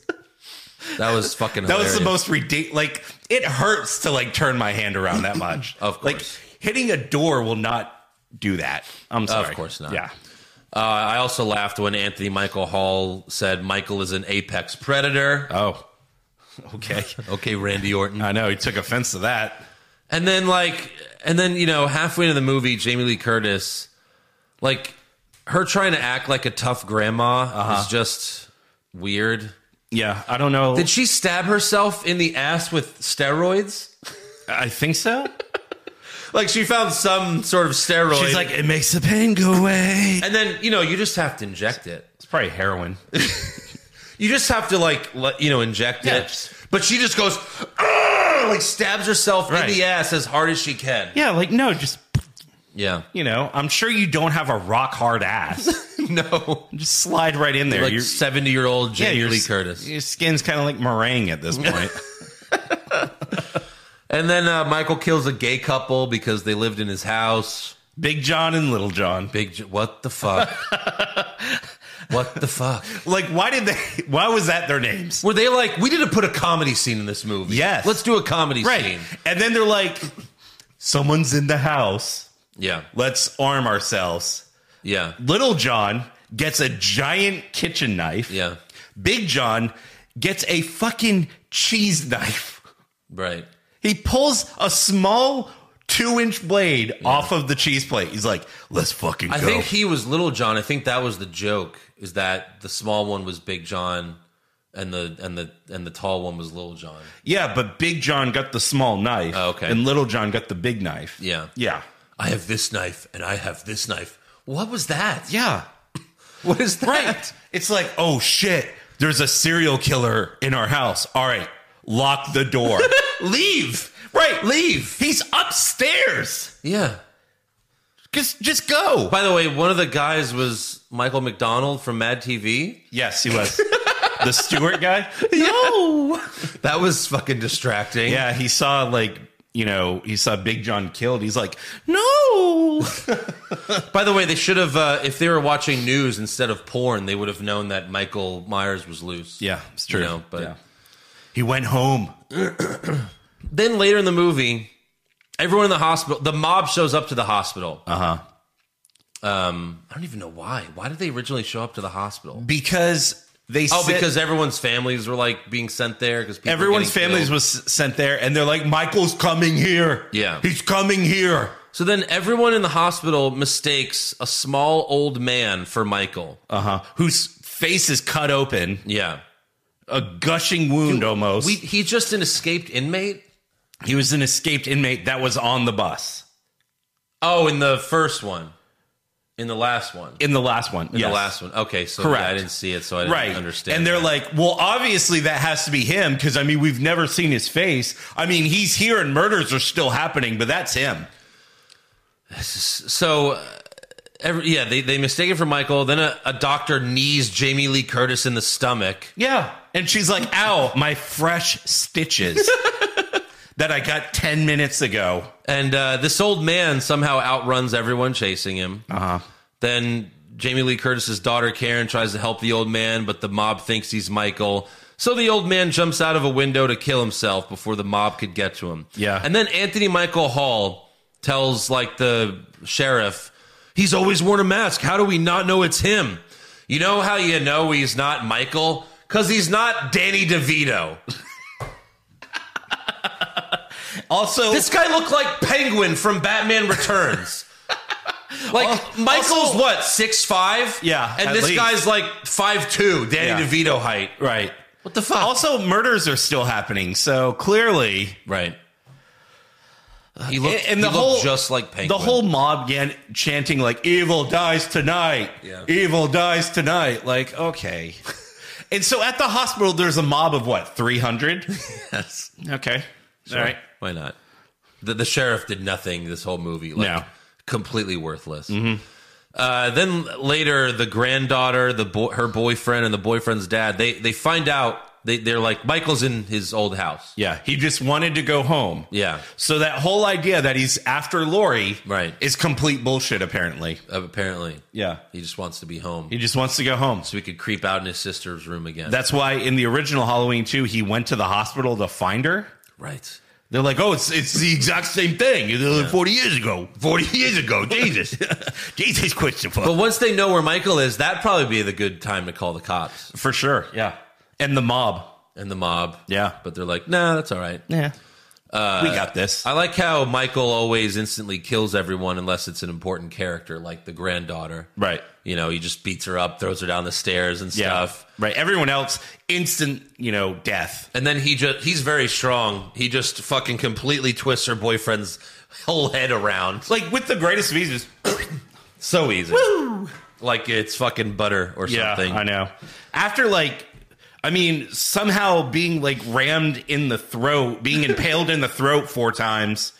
C: That was fucking.
D: That was the
C: hilarious.
D: most ridiculous. Like it hurts to like turn my hand around that much.
C: Of
D: like
C: course.
D: hitting a door will not do that. I'm sorry.
C: course not.
D: Yeah.
C: Uh, I also laughed when Anthony Michael Hall said Michael is an apex predator.
D: Oh. Okay.
C: Okay, Randy Orton.
D: I know he took offense to that.
C: And then like and then, you know, halfway into the movie, Jamie Lee Curtis, like her trying to act like a tough grandma
D: Uh-huh.
C: is just weird.
D: Yeah, I don't know.
C: Did she stab herself in the ass with steroids?
D: I think so.
C: Like she found some sort of steroid.
D: She's like, it makes the pain go away.
C: and then, you know, you just have to inject it.
D: It's probably heroin.
C: You just have to like let, you know inject
D: Yeah.
C: it. But she just goes "Argh!" like stabs herself
D: Right.
C: in the ass as hard as she can.
D: yeah, like no, just
C: Yeah.
D: you know, I'm sure you don't have a rock hard ass.
C: no.
D: just slide right in there.
C: Like
D: Your-
C: 70 year old
D: yeah,
C: Jamie
D: your
C: Lee
D: s-
C: Curtis.
D: Your skin's kind of like meringue at this point.
C: And then uh, Michael kills a gay couple because they lived in his house.
D: Big John and Little John.
C: Big, J- what the fuck? what the fuck?
D: Like, why did they? Why was that their names?
C: Were they like, we need to put a comedy scene in this movie?
D: Yes.
C: Let's do a comedy
D: Right.
C: scene.
D: And then they're like, someone's in the house.
C: Yeah.
D: Let's arm ourselves.
C: Yeah.
D: Little John gets a giant kitchen knife.
C: Yeah.
D: Big John gets a fucking cheese knife.
C: Right.
D: He pulls a small two inch blade off of the cheese plate. He's like, let's fucking
C: I
D: go.
C: think he was Little John. I think that was the joke is that the small one was Big John and the and the and the tall one was Little John.
D: yeah, but Big John got the small knife.
C: Oh, okay.
D: And Little John got the big knife.
C: Yeah.
D: Yeah.
C: I have this knife and I have this knife. What was that?
D: Yeah.
C: What is that?
D: Right. It's like, oh shit, there's a serial killer in our house. All right, lock the door. Leave. Right. Leave. He's upstairs.
C: Yeah.
D: Just just go.
C: By the way, one of the guys was Michael McDonald from Mad TV.
D: yes, he was. the Stewart guy?
C: No, that was fucking distracting.
D: Yeah, he saw like you know, he saw Big John killed. He's like, no.
C: By the way, they should have. Uh, if they were watching news instead of porn, they would have known that Michael Myers was loose.
D: Yeah, it's true.
C: You know, but
D: Yeah. He went home.
C: then later in the movie, everyone in the hospital, the mob shows up to the hospital. Uh
D: Uh-huh.
C: huh. Um, I don't even know why. Why did they originally show up to the hospital?
D: Because they
C: Oh,
D: said-
C: because everyone's families were like being sent there because
D: Everyone's families was sent there, and they're like, "Michael's coming here.
C: Yeah.
D: he's coming here."
C: So then everyone in the hospital mistakes a small old man for Michael.
D: Uh huh. Whose face is cut open,
C: Yeah.
D: a gushing wound almost.
C: We, he's just an escaped inmate.
D: he was an escaped inmate that was on the bus
C: Oh, in the first one. In the last one. In
D: in the last one. In
C: the last one. Okay, so
D: Correct.
C: yeah, I didn't see it, so I didn't
D: Right.
C: understand.
D: And they're like, well, obviously that has to be him because, I mean, we've never seen his face. I mean, he's here and murders are still happening, but that's him.
C: so, uh, every, yeah, they, they mistake it for Michael. Then a, a doctor knees Jamie Lee Curtis in the stomach.
D: Yeah. And she's like, ow, my fresh stitches that I got 10 minutes ago.
C: And uh, this old man somehow outruns everyone chasing him. Uh-huh. Then Jamie Lee Curtis's daughter Karen tries to help the old man, but the mob thinks he's Michael. So the old man jumps out of a window to kill himself before the mob could get to him.
D: Yeah.
C: And then Anthony Michael Hall tells like the sheriff, he's always worn a mask. How do we not know it's him? You know how you know he's not Michael? Cause he's not Danny DeVito.
D: Also,
C: This guy looked like Penguin from Batman Returns. Like Michael's
D: also-
C: what six five?
D: Yeah,
C: and
D: at
C: this
D: least.
C: guy's like five two, Danny
D: Yeah.
C: DeVito height.
D: right.
C: What the fuck?
D: Also, murders are still happening. So clearly,
C: right. He looked,
D: Uh, and the
C: he looked
D: whole-
C: just like Penguin.
D: the whole mob began chanting like evil dies tonight
C: Yeah.
D: evil dies tonight like okay and so at the hospital there's a mob of what 300
C: yes.
D: okay all right
C: Why not? The, the sheriff did nothing this whole movie. Like,
D: No. Mm-hmm.
C: Completely worthless. Uh, then later, the granddaughter, the boy, her boyfriend, and the boyfriend's dad they they find out they they're like Michael's in his old house.
D: Yeah, he just wanted to go home.
C: Yeah,
D: So that whole idea that he's after Lori
C: Right.
D: is complete bullshit, apparently.
C: apparently
D: Yeah.
C: he just wants to be home
D: He just wants to go home.
C: so he could creep out in his sister's room again.
D: That's why in the original Halloween 2, he went to the hospital to find her.
C: right.
D: They're like, oh, it's it's the exact same thing. It was 40 years ago. 40 years ago. Jesus. Jesus, Christopher.
C: But once they know where Michael is, that'd probably be the good time to call the cops
D: For sure. Yeah. And the mob.
C: and the mob.
D: Yeah.
C: But they're like, nah, that's all right.
D: Yeah. we got this.
C: I like how Michael always instantly kills everyone unless it's an important character, like the granddaughter.
D: right.
C: You know, he just beats her up, throws her down the stairs and
D: Yeah.
C: stuff.
D: Right. Everyone else, instant, you know, death.
C: And then he just he's very strong. He just fucking completely twists her boyfriend's whole head around.
D: Like with the greatest of eases.
C: So easy. Like it's fucking butter or something.
D: I know. After like, I mean, somehow being like rammed in the throat, being impaled in the throat four times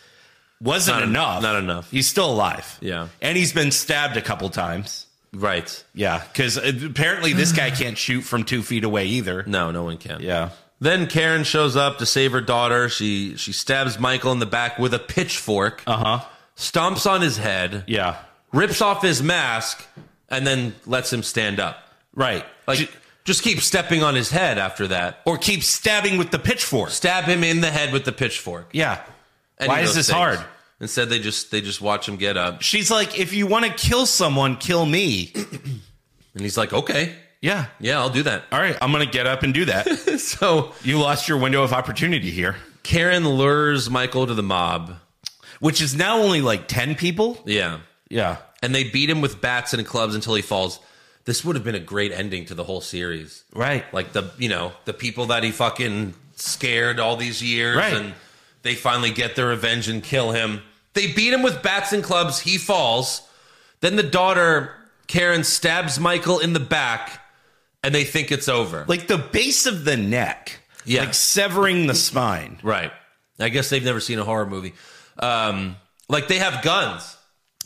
D: wasn't
C: Not en-
D: enough.
C: not enough.
D: He's still alive.
C: Yeah.
D: and he's been stabbed a couple times.
C: Right.
D: Yeah, because apparently this guy can't shoot from two feet away either.
C: No, no one can.
D: Yeah.
C: Then Karen shows up to save her daughter. She she stabs Michael in the back with a pitchfork,
D: Uh huh.
C: stomps on his head,
D: Yeah.
C: rips off his mask, and then lets him stand up.
D: Right.
C: Like
D: J-
C: just keep stepping on his head after that.
D: or keep stabbing with the pitchfork.
C: Stab him in the head with the pitchfork.
D: Yeah.
C: Any
D: Why
C: of
D: is
C: those
D: this
C: things.
D: hard?
C: Instead they just they just watch him get up.
D: She's like, if you want to kill someone, kill me.
C: And he's like, Okay.
D: Yeah.
C: Yeah, I'll do that.
D: All right, I'm gonna get up and do that.
C: So
D: You lost your window of opportunity here,
C: Karen lures Michael to the mob.
D: which is now only like 10 people.
C: Yeah.
D: Yeah.
C: And they beat him with bats and clubs until he falls. This would have been a great ending to the whole series.
D: Right.
C: like the you know the people that he fucking scared all these years
D: Right.
C: and they finally get their revenge and kill him they beat him with bats and clubs he falls then the daughter karen stabs michael in the back and they think it's over
D: Like the base of the neck.
C: Yeah.
D: Like severing the spine.
C: right i guess they've never seen a horror movie um like they have guns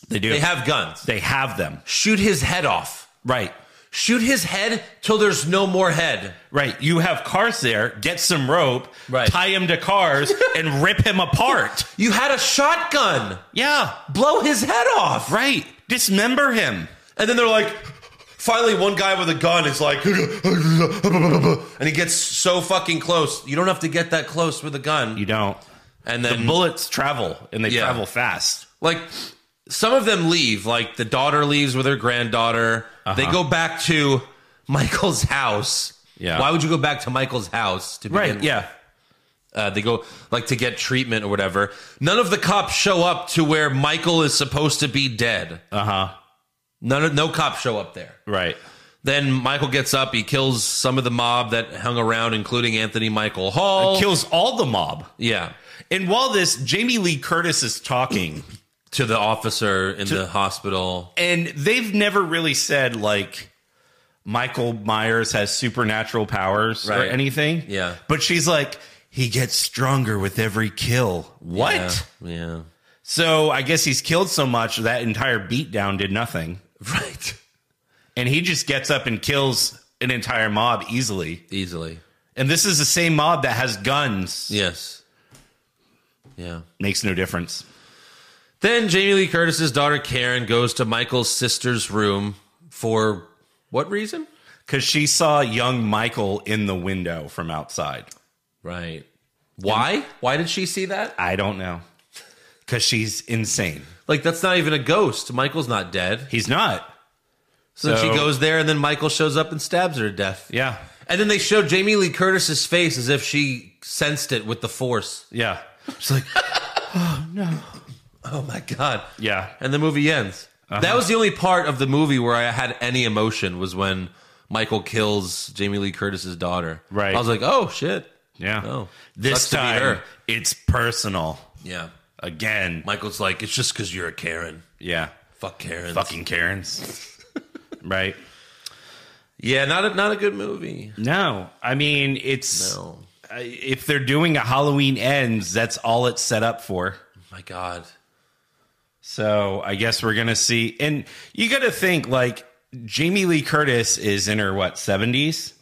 D: They do.
C: they have guns
D: they have them.
C: shoot his head off
D: Right.
C: shoot his head till there's no more head
D: Right. You have cars there, get some rope,
C: Right.
D: tie him to cars, and rip him apart.
C: you had a shotgun
D: Yeah.
C: blow his head off
D: Right. Dismember him.
C: And then they're like, finally, one guy with a gun is like, and he gets so fucking close. You don't have to get that close with a gun.
D: You don't.
C: And
D: The
C: then,
D: bullets travel and they
C: Yeah.
D: travel fast.
C: like, some of them leave. Like, the daughter leaves with her granddaughter. They
D: Uh-huh.
C: go back to Michael's house.
D: Yeah.
C: Why would you go back to Michael's house to begin with?
D: Yeah.
C: Uh, they go like to get treatment or whatever. None of the cops show up to where Michael is supposed to be dead.
D: Uh huh.
C: None of no cops show up there.
D: Right.
C: Then Michael gets up. He kills some of the mob that hung around, including Anthony Michael Hall.
D: Kills all the mob.
C: yeah,
D: And while this, Jamie Lee Curtis is talking.
C: to the officer in the hospital.
D: and they've never really said like Michael Myers has supernatural powers or
C: Right.
D: anything.
C: Yeah.
D: But she's like, he gets stronger with every kill. What?
C: Yeah, yeah.
D: So I guess he's killed so much that entire beatdown did nothing.
C: right.
D: And he just gets up and kills an entire mob easily.
C: Easily,
D: And this is the same mob that has guns.
C: yes, yeah.
D: Makes no difference.
C: Then Jamie Lee Curtis's daughter Karen goes to Michael's sister's room for what reason?
D: Because she saw young Michael in the window from outside.
C: Right. Why? Why did she see that?
D: I don't know. Because she's insane.
C: Like that's not even a ghost. Michael's not dead.
D: He's not.
C: So, then she
D: So-
C: goes there, and then Michael shows up and stabs her to death.
D: Yeah.
C: And then they show Jamie Lee Curtis's face as if she sensed it with the force.
D: Yeah. She's like,
C: Oh my god.
D: yeah.
C: And the movie ends.
D: Uh-huh.
C: That was the only part of the movie where I had any emotion was when Michael kills Jamie Lee Curtis's daughter.
D: Right.
C: I was like, "Oh shit."
D: Yeah.
C: Oh.
D: This
C: Sucks to be
D: time,
C: her.
D: it's personal.
C: Yeah.
D: Again.
C: Michael's like, "It's just cuz you're a Karen."
D: Yeah.
C: Fuck Karen.
D: Fucking Karens. right.
C: Yeah, not a, not a good movie.
D: No. I mean, it's.
C: No.
D: I- If they're doing a Halloween ends, that's all it's set up for.
C: My god.
D: So I guess we're gonna see. And you got to think like Jamie Lee Curtis is in her what seventies.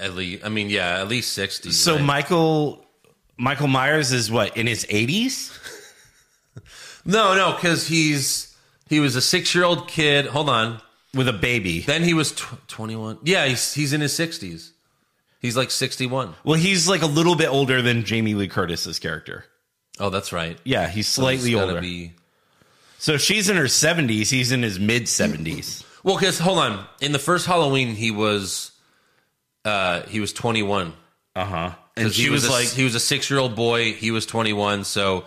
C: At least, I mean, yeah, at least sixty.
D: So
C: right?
D: Michael Michael Myers is what in his eighties.
C: no, no, because he's he was a six year old kid. Hold on,
D: with a baby.
C: then he was tw- twenty one. Yeah, he's he's in his sixties. He's like sixty one.
D: Well, he's like a little bit older than Jamie Lee Curtis's character.
C: Oh, that's right.
D: Yeah, he's slightly
C: It's gotta
D: older.
C: be-
D: So if she's in her 70s, he's in his mid 70s.
C: Well, because hold on, in the first Halloween, he was uh he was twenty one.
D: Uh huh.
C: And
D: And
C: she
D: he
C: was,
D: was,
C: like,
D: like,
C: he was a six year old boy. He was 21. So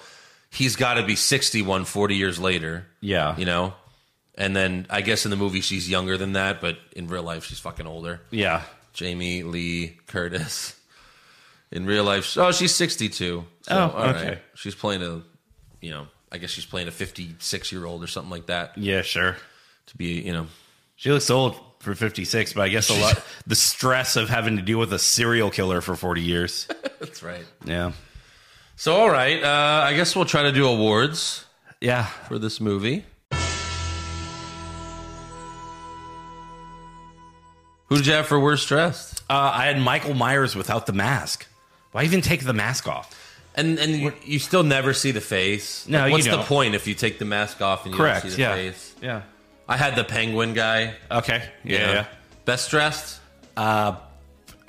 C: he's got to be 61, 40 years later.
D: Yeah.
C: You know? And then I guess in the movie, she's younger than that, but in real life, she's fucking older.
D: yeah.
C: Jamie Lee Curtis. In real life, oh, she's 62. So,
D: Oh,
C: all right.
D: okay.
C: She's playing a, you know, I guess she's playing a 56 year old or something like that
D: Yeah, sure.
C: to be, you know.
D: She looks old for 56, but I guess a lot the stress of having to deal with a serial killer for 40 years.
C: That's right.
D: Yeah.
C: So, all right. Uh, I guess we'll try to do awards
D: Yeah.
C: for this movie. Who did you have for worst dressed?
D: Uh, I had Michael Myers without the mask. Why even take the mask off?
C: And and you, you still never see the face.
D: No, you
C: what's the
D: don't.
C: point if you take the mask off and you don't see the face?
D: Yeah.
C: I had the penguin guy.
D: Okay. Yeah.
C: you know.
D: yeah.
C: Best dressed?
D: I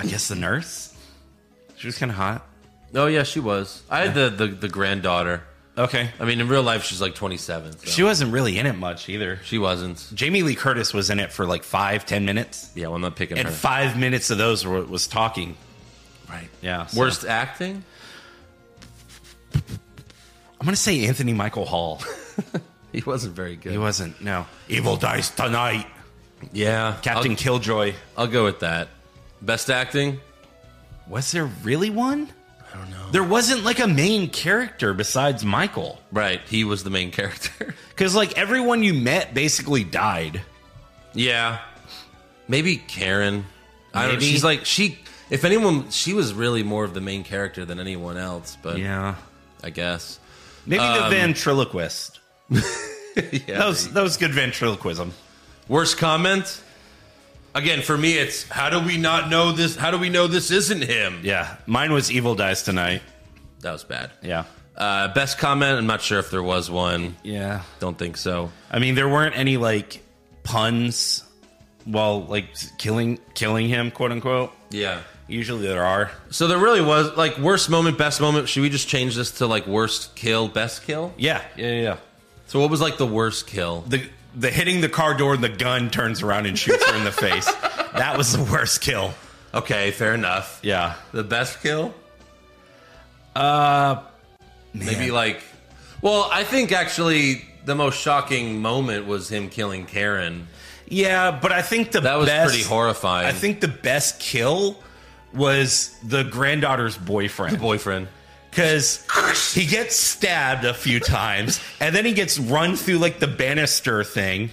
D: guess the nurse. She was kind of hot.
C: Oh yeah, she was. I had the, the the granddaughter.
D: Okay.
C: I mean, in real life, she's like 27. So
D: She wasn't really in it much either.
C: she wasn't.
D: Jamie Lee Curtis was in it for like five, ten minutes,
C: Yeah, well, I'm not picking
D: and
C: her.
D: five minutes of those were, was talking.
C: right.
D: Yeah, so-
C: Worst acting?
D: I'm gonna say Anthony Michael Hall.
C: He wasn't very good.
D: He wasn't. No, evil dies tonight.
C: yeah,
D: Captain Killjoy.
C: I'll, I'll go with that. Best acting?
D: Was there really one? I don't know. There wasn't like a main character besides Michael,
C: Right, he was the main character.
D: because like everyone you met basically died.
C: yeah, maybe Karen. I don't.
D: Maybe.
C: She's like she. If anyone, she was really more of the main character than anyone else. But
D: Yeah, Um,
C: I guess.
D: maybe the ventriloquist.
C: Yeah.
D: That was that was good ventriloquism.
C: Worst comment. Again, for me, it's how do we not know this? How do we know this isn't him?
D: Yeah, mine was evil dies tonight.
C: That was bad.
D: Yeah,
C: Uh, best comment. I'm not sure if there was one.
D: yeah.
C: Don't think so.
D: I mean, there weren't any like puns while like killing killing him, quote unquote.
C: Yeah.
D: Usually there are.
C: So there really was like worst moment, best moment. Should we just change this to like worst kill, best kill?
D: Yeah, yeah, yeah.
C: So what was like the worst kill?
D: The the hitting the car door and the gun turns around and shoots her in the face. That was the worst kill.
C: Okay, fair enough.
D: Yeah.
C: The best kill? Uh maybe like Well, I think actually the most shocking moment was him killing Karen.
D: Yeah, but I think the
C: That was
D: best-
C: pretty horrifying.
D: I think the best kill was the granddaughter's boyfriend.
C: boyfriend.
D: because he gets stabbed a few times and then he gets run through like the banister thing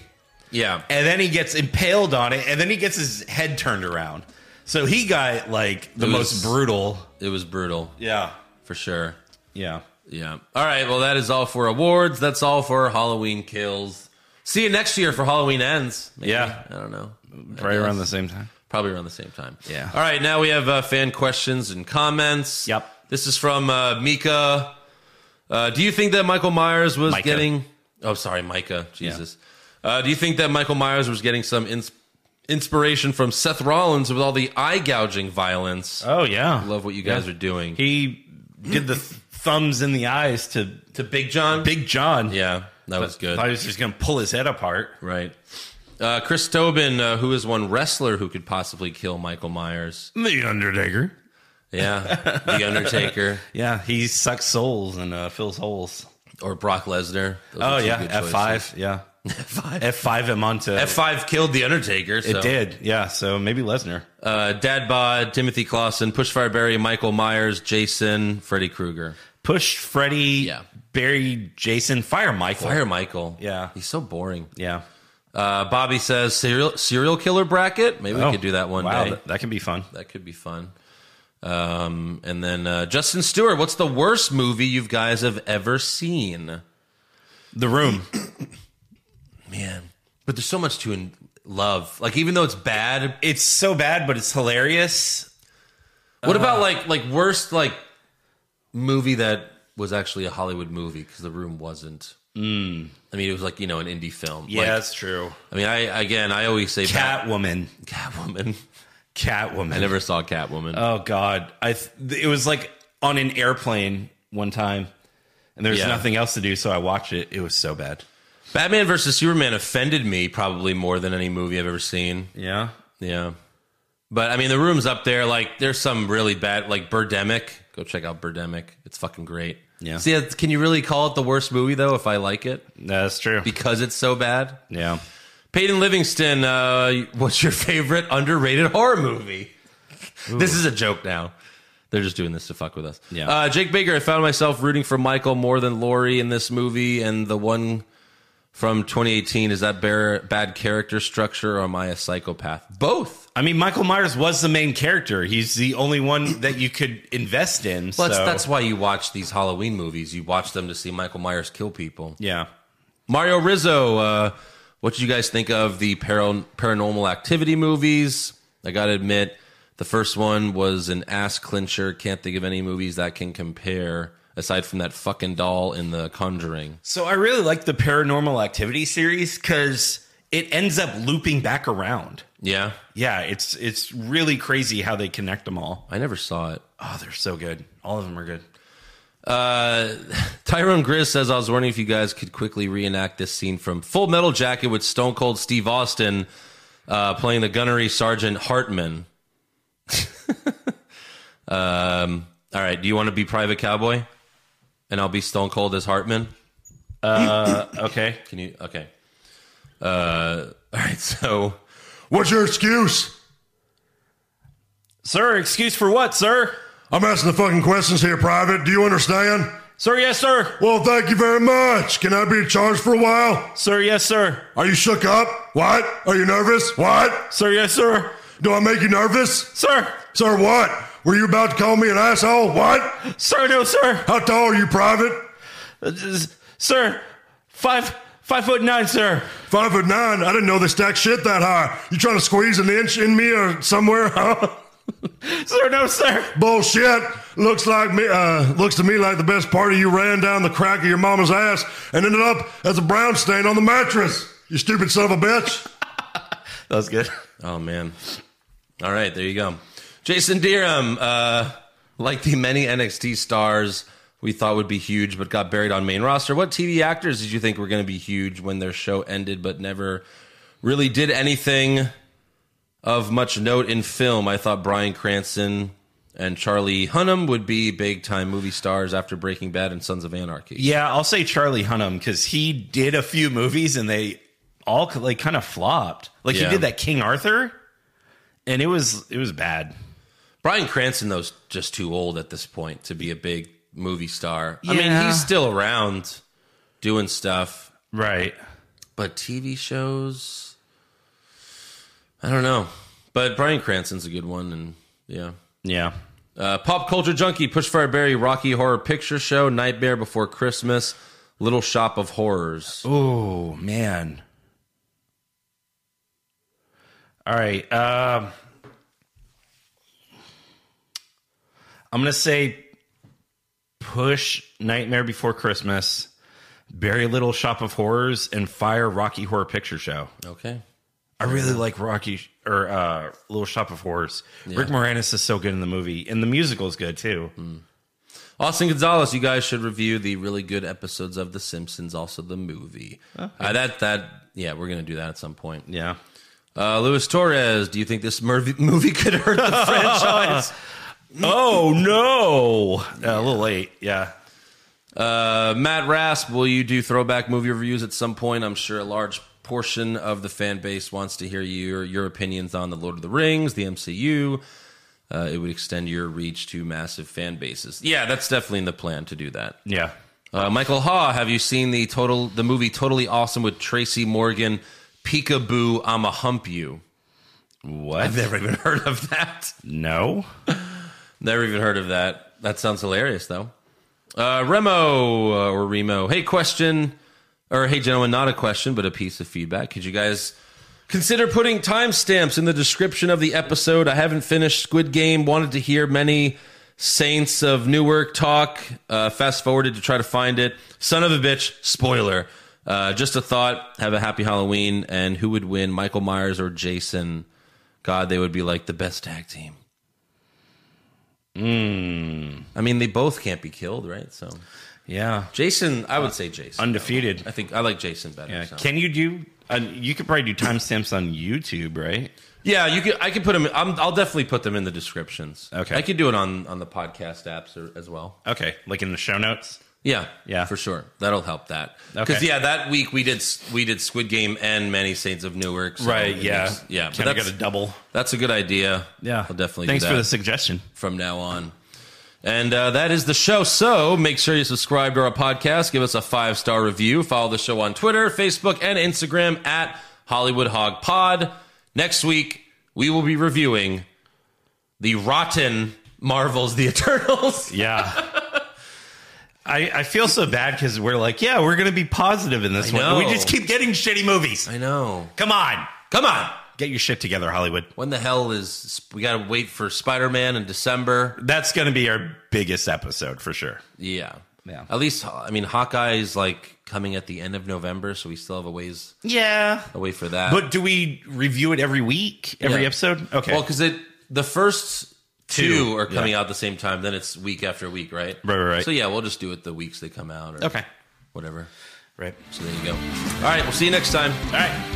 C: Yeah.
D: and then he gets impaled on it and then he gets his head turned around so he got like the
C: It was-
D: most brutal
C: It was brutal
D: yeah
C: for sure.
D: yeah
C: Yeah. All right, well that is all for awards. That's all for Halloween kills. See you next year for Halloween ends. maybe.
D: Yeah.
C: I don't know. I
D: right around
C: guess.
D: the same time
C: probably around the same time.
D: Yeah.
C: All right, now we have uh, fan questions and comments.
D: Yep.
C: This is from uh, Mika. Uh, do you think that Michael Myers was
D: Micah.
C: getting? Oh, sorry, Micah. Jesus. Uh, do you think that Michael Myers was getting some ins- inspiration from Seth Rollins with all the eye gouging violence?
D: oh yeah
C: Love what you guys are doing.
D: he did the th- thumbs in the eyes to
C: to Big John.
D: big john
C: yeah, that was good.
D: thought he was just gonna pull his head apart
C: Right. Uh, Chris Tobin, uh, who is one wrestler who could possibly kill Michael Myers?
D: the undertaker
C: Yeah, The Undertaker.
D: yeah he sucks souls and uh, fills holes
C: or Brock Lesnar. Those
D: Oh
C: are two
D: yeah,
C: good
D: F five. Yeah,
C: choices.
D: F five at Monta.
C: F five killed the Undertaker.
D: it
C: so.
D: did. Yeah, so maybe Lesnar.
C: Uh, Dad Bod, Timothy Clausen, Pushfire Barry, Michael Myers, Jason, Freddy Krueger.
D: Push Freddy.
C: Yeah.
D: Barry, Jason, fire Michael.
C: Fire Michael.
D: Yeah.
C: he's so boring.
D: Yeah.
C: Uh, Bobby says serial serial killer bracket. Maybe
D: Oh,
C: we could do that one
D: wow,
C: day.
D: That, that can be fun.
C: that could be fun. Um, and then uh, Justin Stewart, what's the worst movie you guys have ever seen?
D: The room.
C: man. But there's so much to in- love. Like even though it's bad,
E: It's so bad, but it's hilarious.
C: What about like like worst like movie that was actually a Hollywood movie because The Room wasn't. I mean, it was like you know an indie film. Like,
D: that's true.
C: I mean, I again, I always say Bat-
D: Catwoman.
C: Catwoman.
D: Catwoman.
C: I never saw Catwoman.
E: Oh God,
D: I th- it was like on an airplane one time, and there was
C: Yeah.
D: nothing else to do, so I watched it. It was so bad.
C: Batman versus Superman offended me probably more than any movie I've ever seen.
D: Yeah.
C: Yeah, but I mean, The Room's up there. Like, there's some really bad, like Birdemic. Go check out Birdemic. It's fucking great.
D: Yeah.
C: See, can you really call it the worst movie though? If I like it
D: That's true.
C: because it's so bad.
D: yeah.
C: Peyton Livingston, uh, what's your favorite underrated horror movie? This is a joke now. They're just doing this to fuck with us.
D: Yeah.
C: Uh, Jake Baker, I found myself rooting for Michael more than Laurie in this movie, and the one from 2018 is that bare, bad character structure, or am I a psychopath? Both.
D: I mean, Michael Myers was the main character. He's the only one that you could invest in.
C: Well,
D: so
C: that's, that's why you watch these Halloween movies. You watch them to see Michael Myers kill people.
D: yeah.
C: Mario Rizzo, uh, what did you guys think of the paral- paranormal activity movies? I got to admit, the first one was an ass clincher. Can't think of any movies that can compare aside from that fucking doll in The Conjuring.
E: So I really like the Paranormal Activity series because it ends up looping back around.
C: Yeah,
D: Yeah, it's it's really crazy how they connect them all.
C: I never saw it.
D: Oh, they're so good. All of them are good.
C: Tyrone Grizz says, I was wondering if you guys could quickly reenact this scene from Full Metal Jacket with Stone Cold Steve Austin uh, playing the gunnery sergeant Hartman. um, all right, do you want to be Private Cowboy? And I'll be Stone Cold as Hartman?
D: Okay.
C: Can you? Okay. Uh, all right, so what's your excuse?
D: Sir, excuse for what, sir?
F: I'm asking the fucking questions here, Private. Do you understand?
D: Sir, yes, sir.
F: Well, thank you very much. Can I be charged for a while?
D: Sir, yes, sir.
F: Are you shook up? What? Are you nervous? What?
D: Sir, yes, sir.
F: Do I make you nervous?
D: Sir,
F: Sir, what? Were you about to call me an asshole? What?
D: sir, no, sir.
F: How tall are you, Private?
D: Uh, s- Sir, five five foot nine, sir.
F: Five foot nine. I didn't know they stacked shit that high. You trying to squeeze an inch in me or somewhere? Huh?
D: Sir, no, sir.
F: Bullshit. Looks like me. Uh, looks to me like the best party you ran down the crack of your mama's ass and ended up as a brown stain on the mattress. You stupid son of a bitch.
D: That was good.
C: Oh man. All right, there you go. Jason Deerham, uh, like the many NXT stars we thought would be huge but got buried on main roster. What TV actors did you think were going to be huge when their show ended but never really did anything of much note in film? I thought Brian Cranston and Charlie Hunnam would be big time movie stars after Breaking Bad and Sons of Anarchy.
D: Yeah, I'll say Charlie Hunnam because he did a few movies and they all like kind of flopped. Like
C: Yeah.
D: he did that King Arthur, and it was it was bad.
C: Brian Cranston though's just too old at this point to be a big movie star. I mean,
D: Yeah.
C: he's still around doing stuff,
D: Right.
C: but TV shows I don't know. But Brian Cranston's a good one and yeah.
D: Yeah.
C: Uh, Pop Culture Junkie, Push Fire Berry, Rocky Horror Picture Show, Nightmare Before Christmas, Little Shop of Horrors.
D: Oh man. All right. Um, I'm gonna say push Nightmare Before Christmas, Very Little Shop of Horrors, and Fire Rocky Horror Picture Show.
C: Okay.
D: I really like Rocky or uh, Little Shop of Horrors. Rick Moranis is so good in the movie, and the musical is good too.
C: Mm. Austin Gonzalez, you guys should review the really good episodes of The Simpsons, also the movie. Uh, that that yeah, we're gonna do that at some point.
D: Yeah.
C: Uh, Luis Torres, do you think this merv- movie could hurt the franchise?
D: Oh no! Uh, a little late. Yeah.
C: Uh, Matt Rasp, will you do throwback movie reviews at some point? I'm sure a large portion of the fan base wants to hear your your opinions on the Lord of the Rings, the MCU. Uh, it would extend your reach to massive fan bases. Yeah, that's definitely in the plan to do that.
D: Yeah.
C: Uh, Michael Ha, have you seen the total the movie Totally Awesome with Tracy Morgan? Peekaboo, I'ma hump you.
D: What?
C: I've never even heard of that.
D: No.
C: Never even heard of that. That sounds hilarious, though. Uh, Remo uh, or Remo. Hey, question. or hey, gentlemen, not a question, but a piece of feedback. Could you guys consider putting timestamps in the description of the episode? I haven't finished Squid Game. Wanted to hear many Saints of Newark talk. Uh, fast forwarded to try to find it. Son of a bitch, spoiler. Uh, just a thought. Have a happy Halloween. And who would win, Michael Myers or Jason? God, they would be like the best tag team. I mean, they both can't be killed, right? So
D: Yeah.
C: Jason, I would say Jason.
D: Undefeated.
C: I think I like Jason better.
D: Yeah.
C: so.
D: Can you do? Uh, you could probably do timestamps on YouTube, right?
C: Yeah, you could. I could put them. I'm, I'll definitely put them in the descriptions.
D: Okay.
C: I could do it on on the podcast apps or, as well.
D: Okay, like in the show notes.
C: Yeah,
D: Yeah.
C: for sure. That'll help that.
D: Okay.
C: Because yeah, that week we did s- we did Squid Game and Many Saints of Newark. so it was- yeah. But
D: Kind of
C: that's,
D: got a double.
C: that's a good idea. I'll definitely.
D: Thanks
C: do
D: for
C: that.
D: the suggestion.
C: from now on. And uh, that is the show. So make sure you subscribe to our podcast, give us a five star review, follow the show on Twitter, Facebook, and Instagram at Hollywood Hog Pod. Next week, we will be reviewing the rotten Marvels, The Eternals.
D: Yeah. I, I feel so bad because we're like, yeah, we're gonna be positive in this
C: I
D: one. and
C: know.
D: We just keep getting shitty movies.
C: I know.
D: Come on,
C: Come on.
D: get your shit together, Hollywood.
C: When the hell is we got to wait for Spider Man in December?
D: That's gonna be our biggest episode for sure.
C: Yeah.
D: Yeah.
C: At least, I mean, Hawkeye is like coming at the end of November, so we still have a ways
D: Yeah.
C: away for that.
D: But do we review it every week, every
C: Uh, Yeah.
D: episode? Okay.
C: Well, because it the first two,
D: Two,
C: are coming out the same time. Then it's week after week, right?
D: Right, right, right.
C: So yeah, we'll just do it the weeks they come out. Or
D: Okay.
C: Whatever.
D: right.
C: So there you go. All right, we'll see you next time.
D: All right.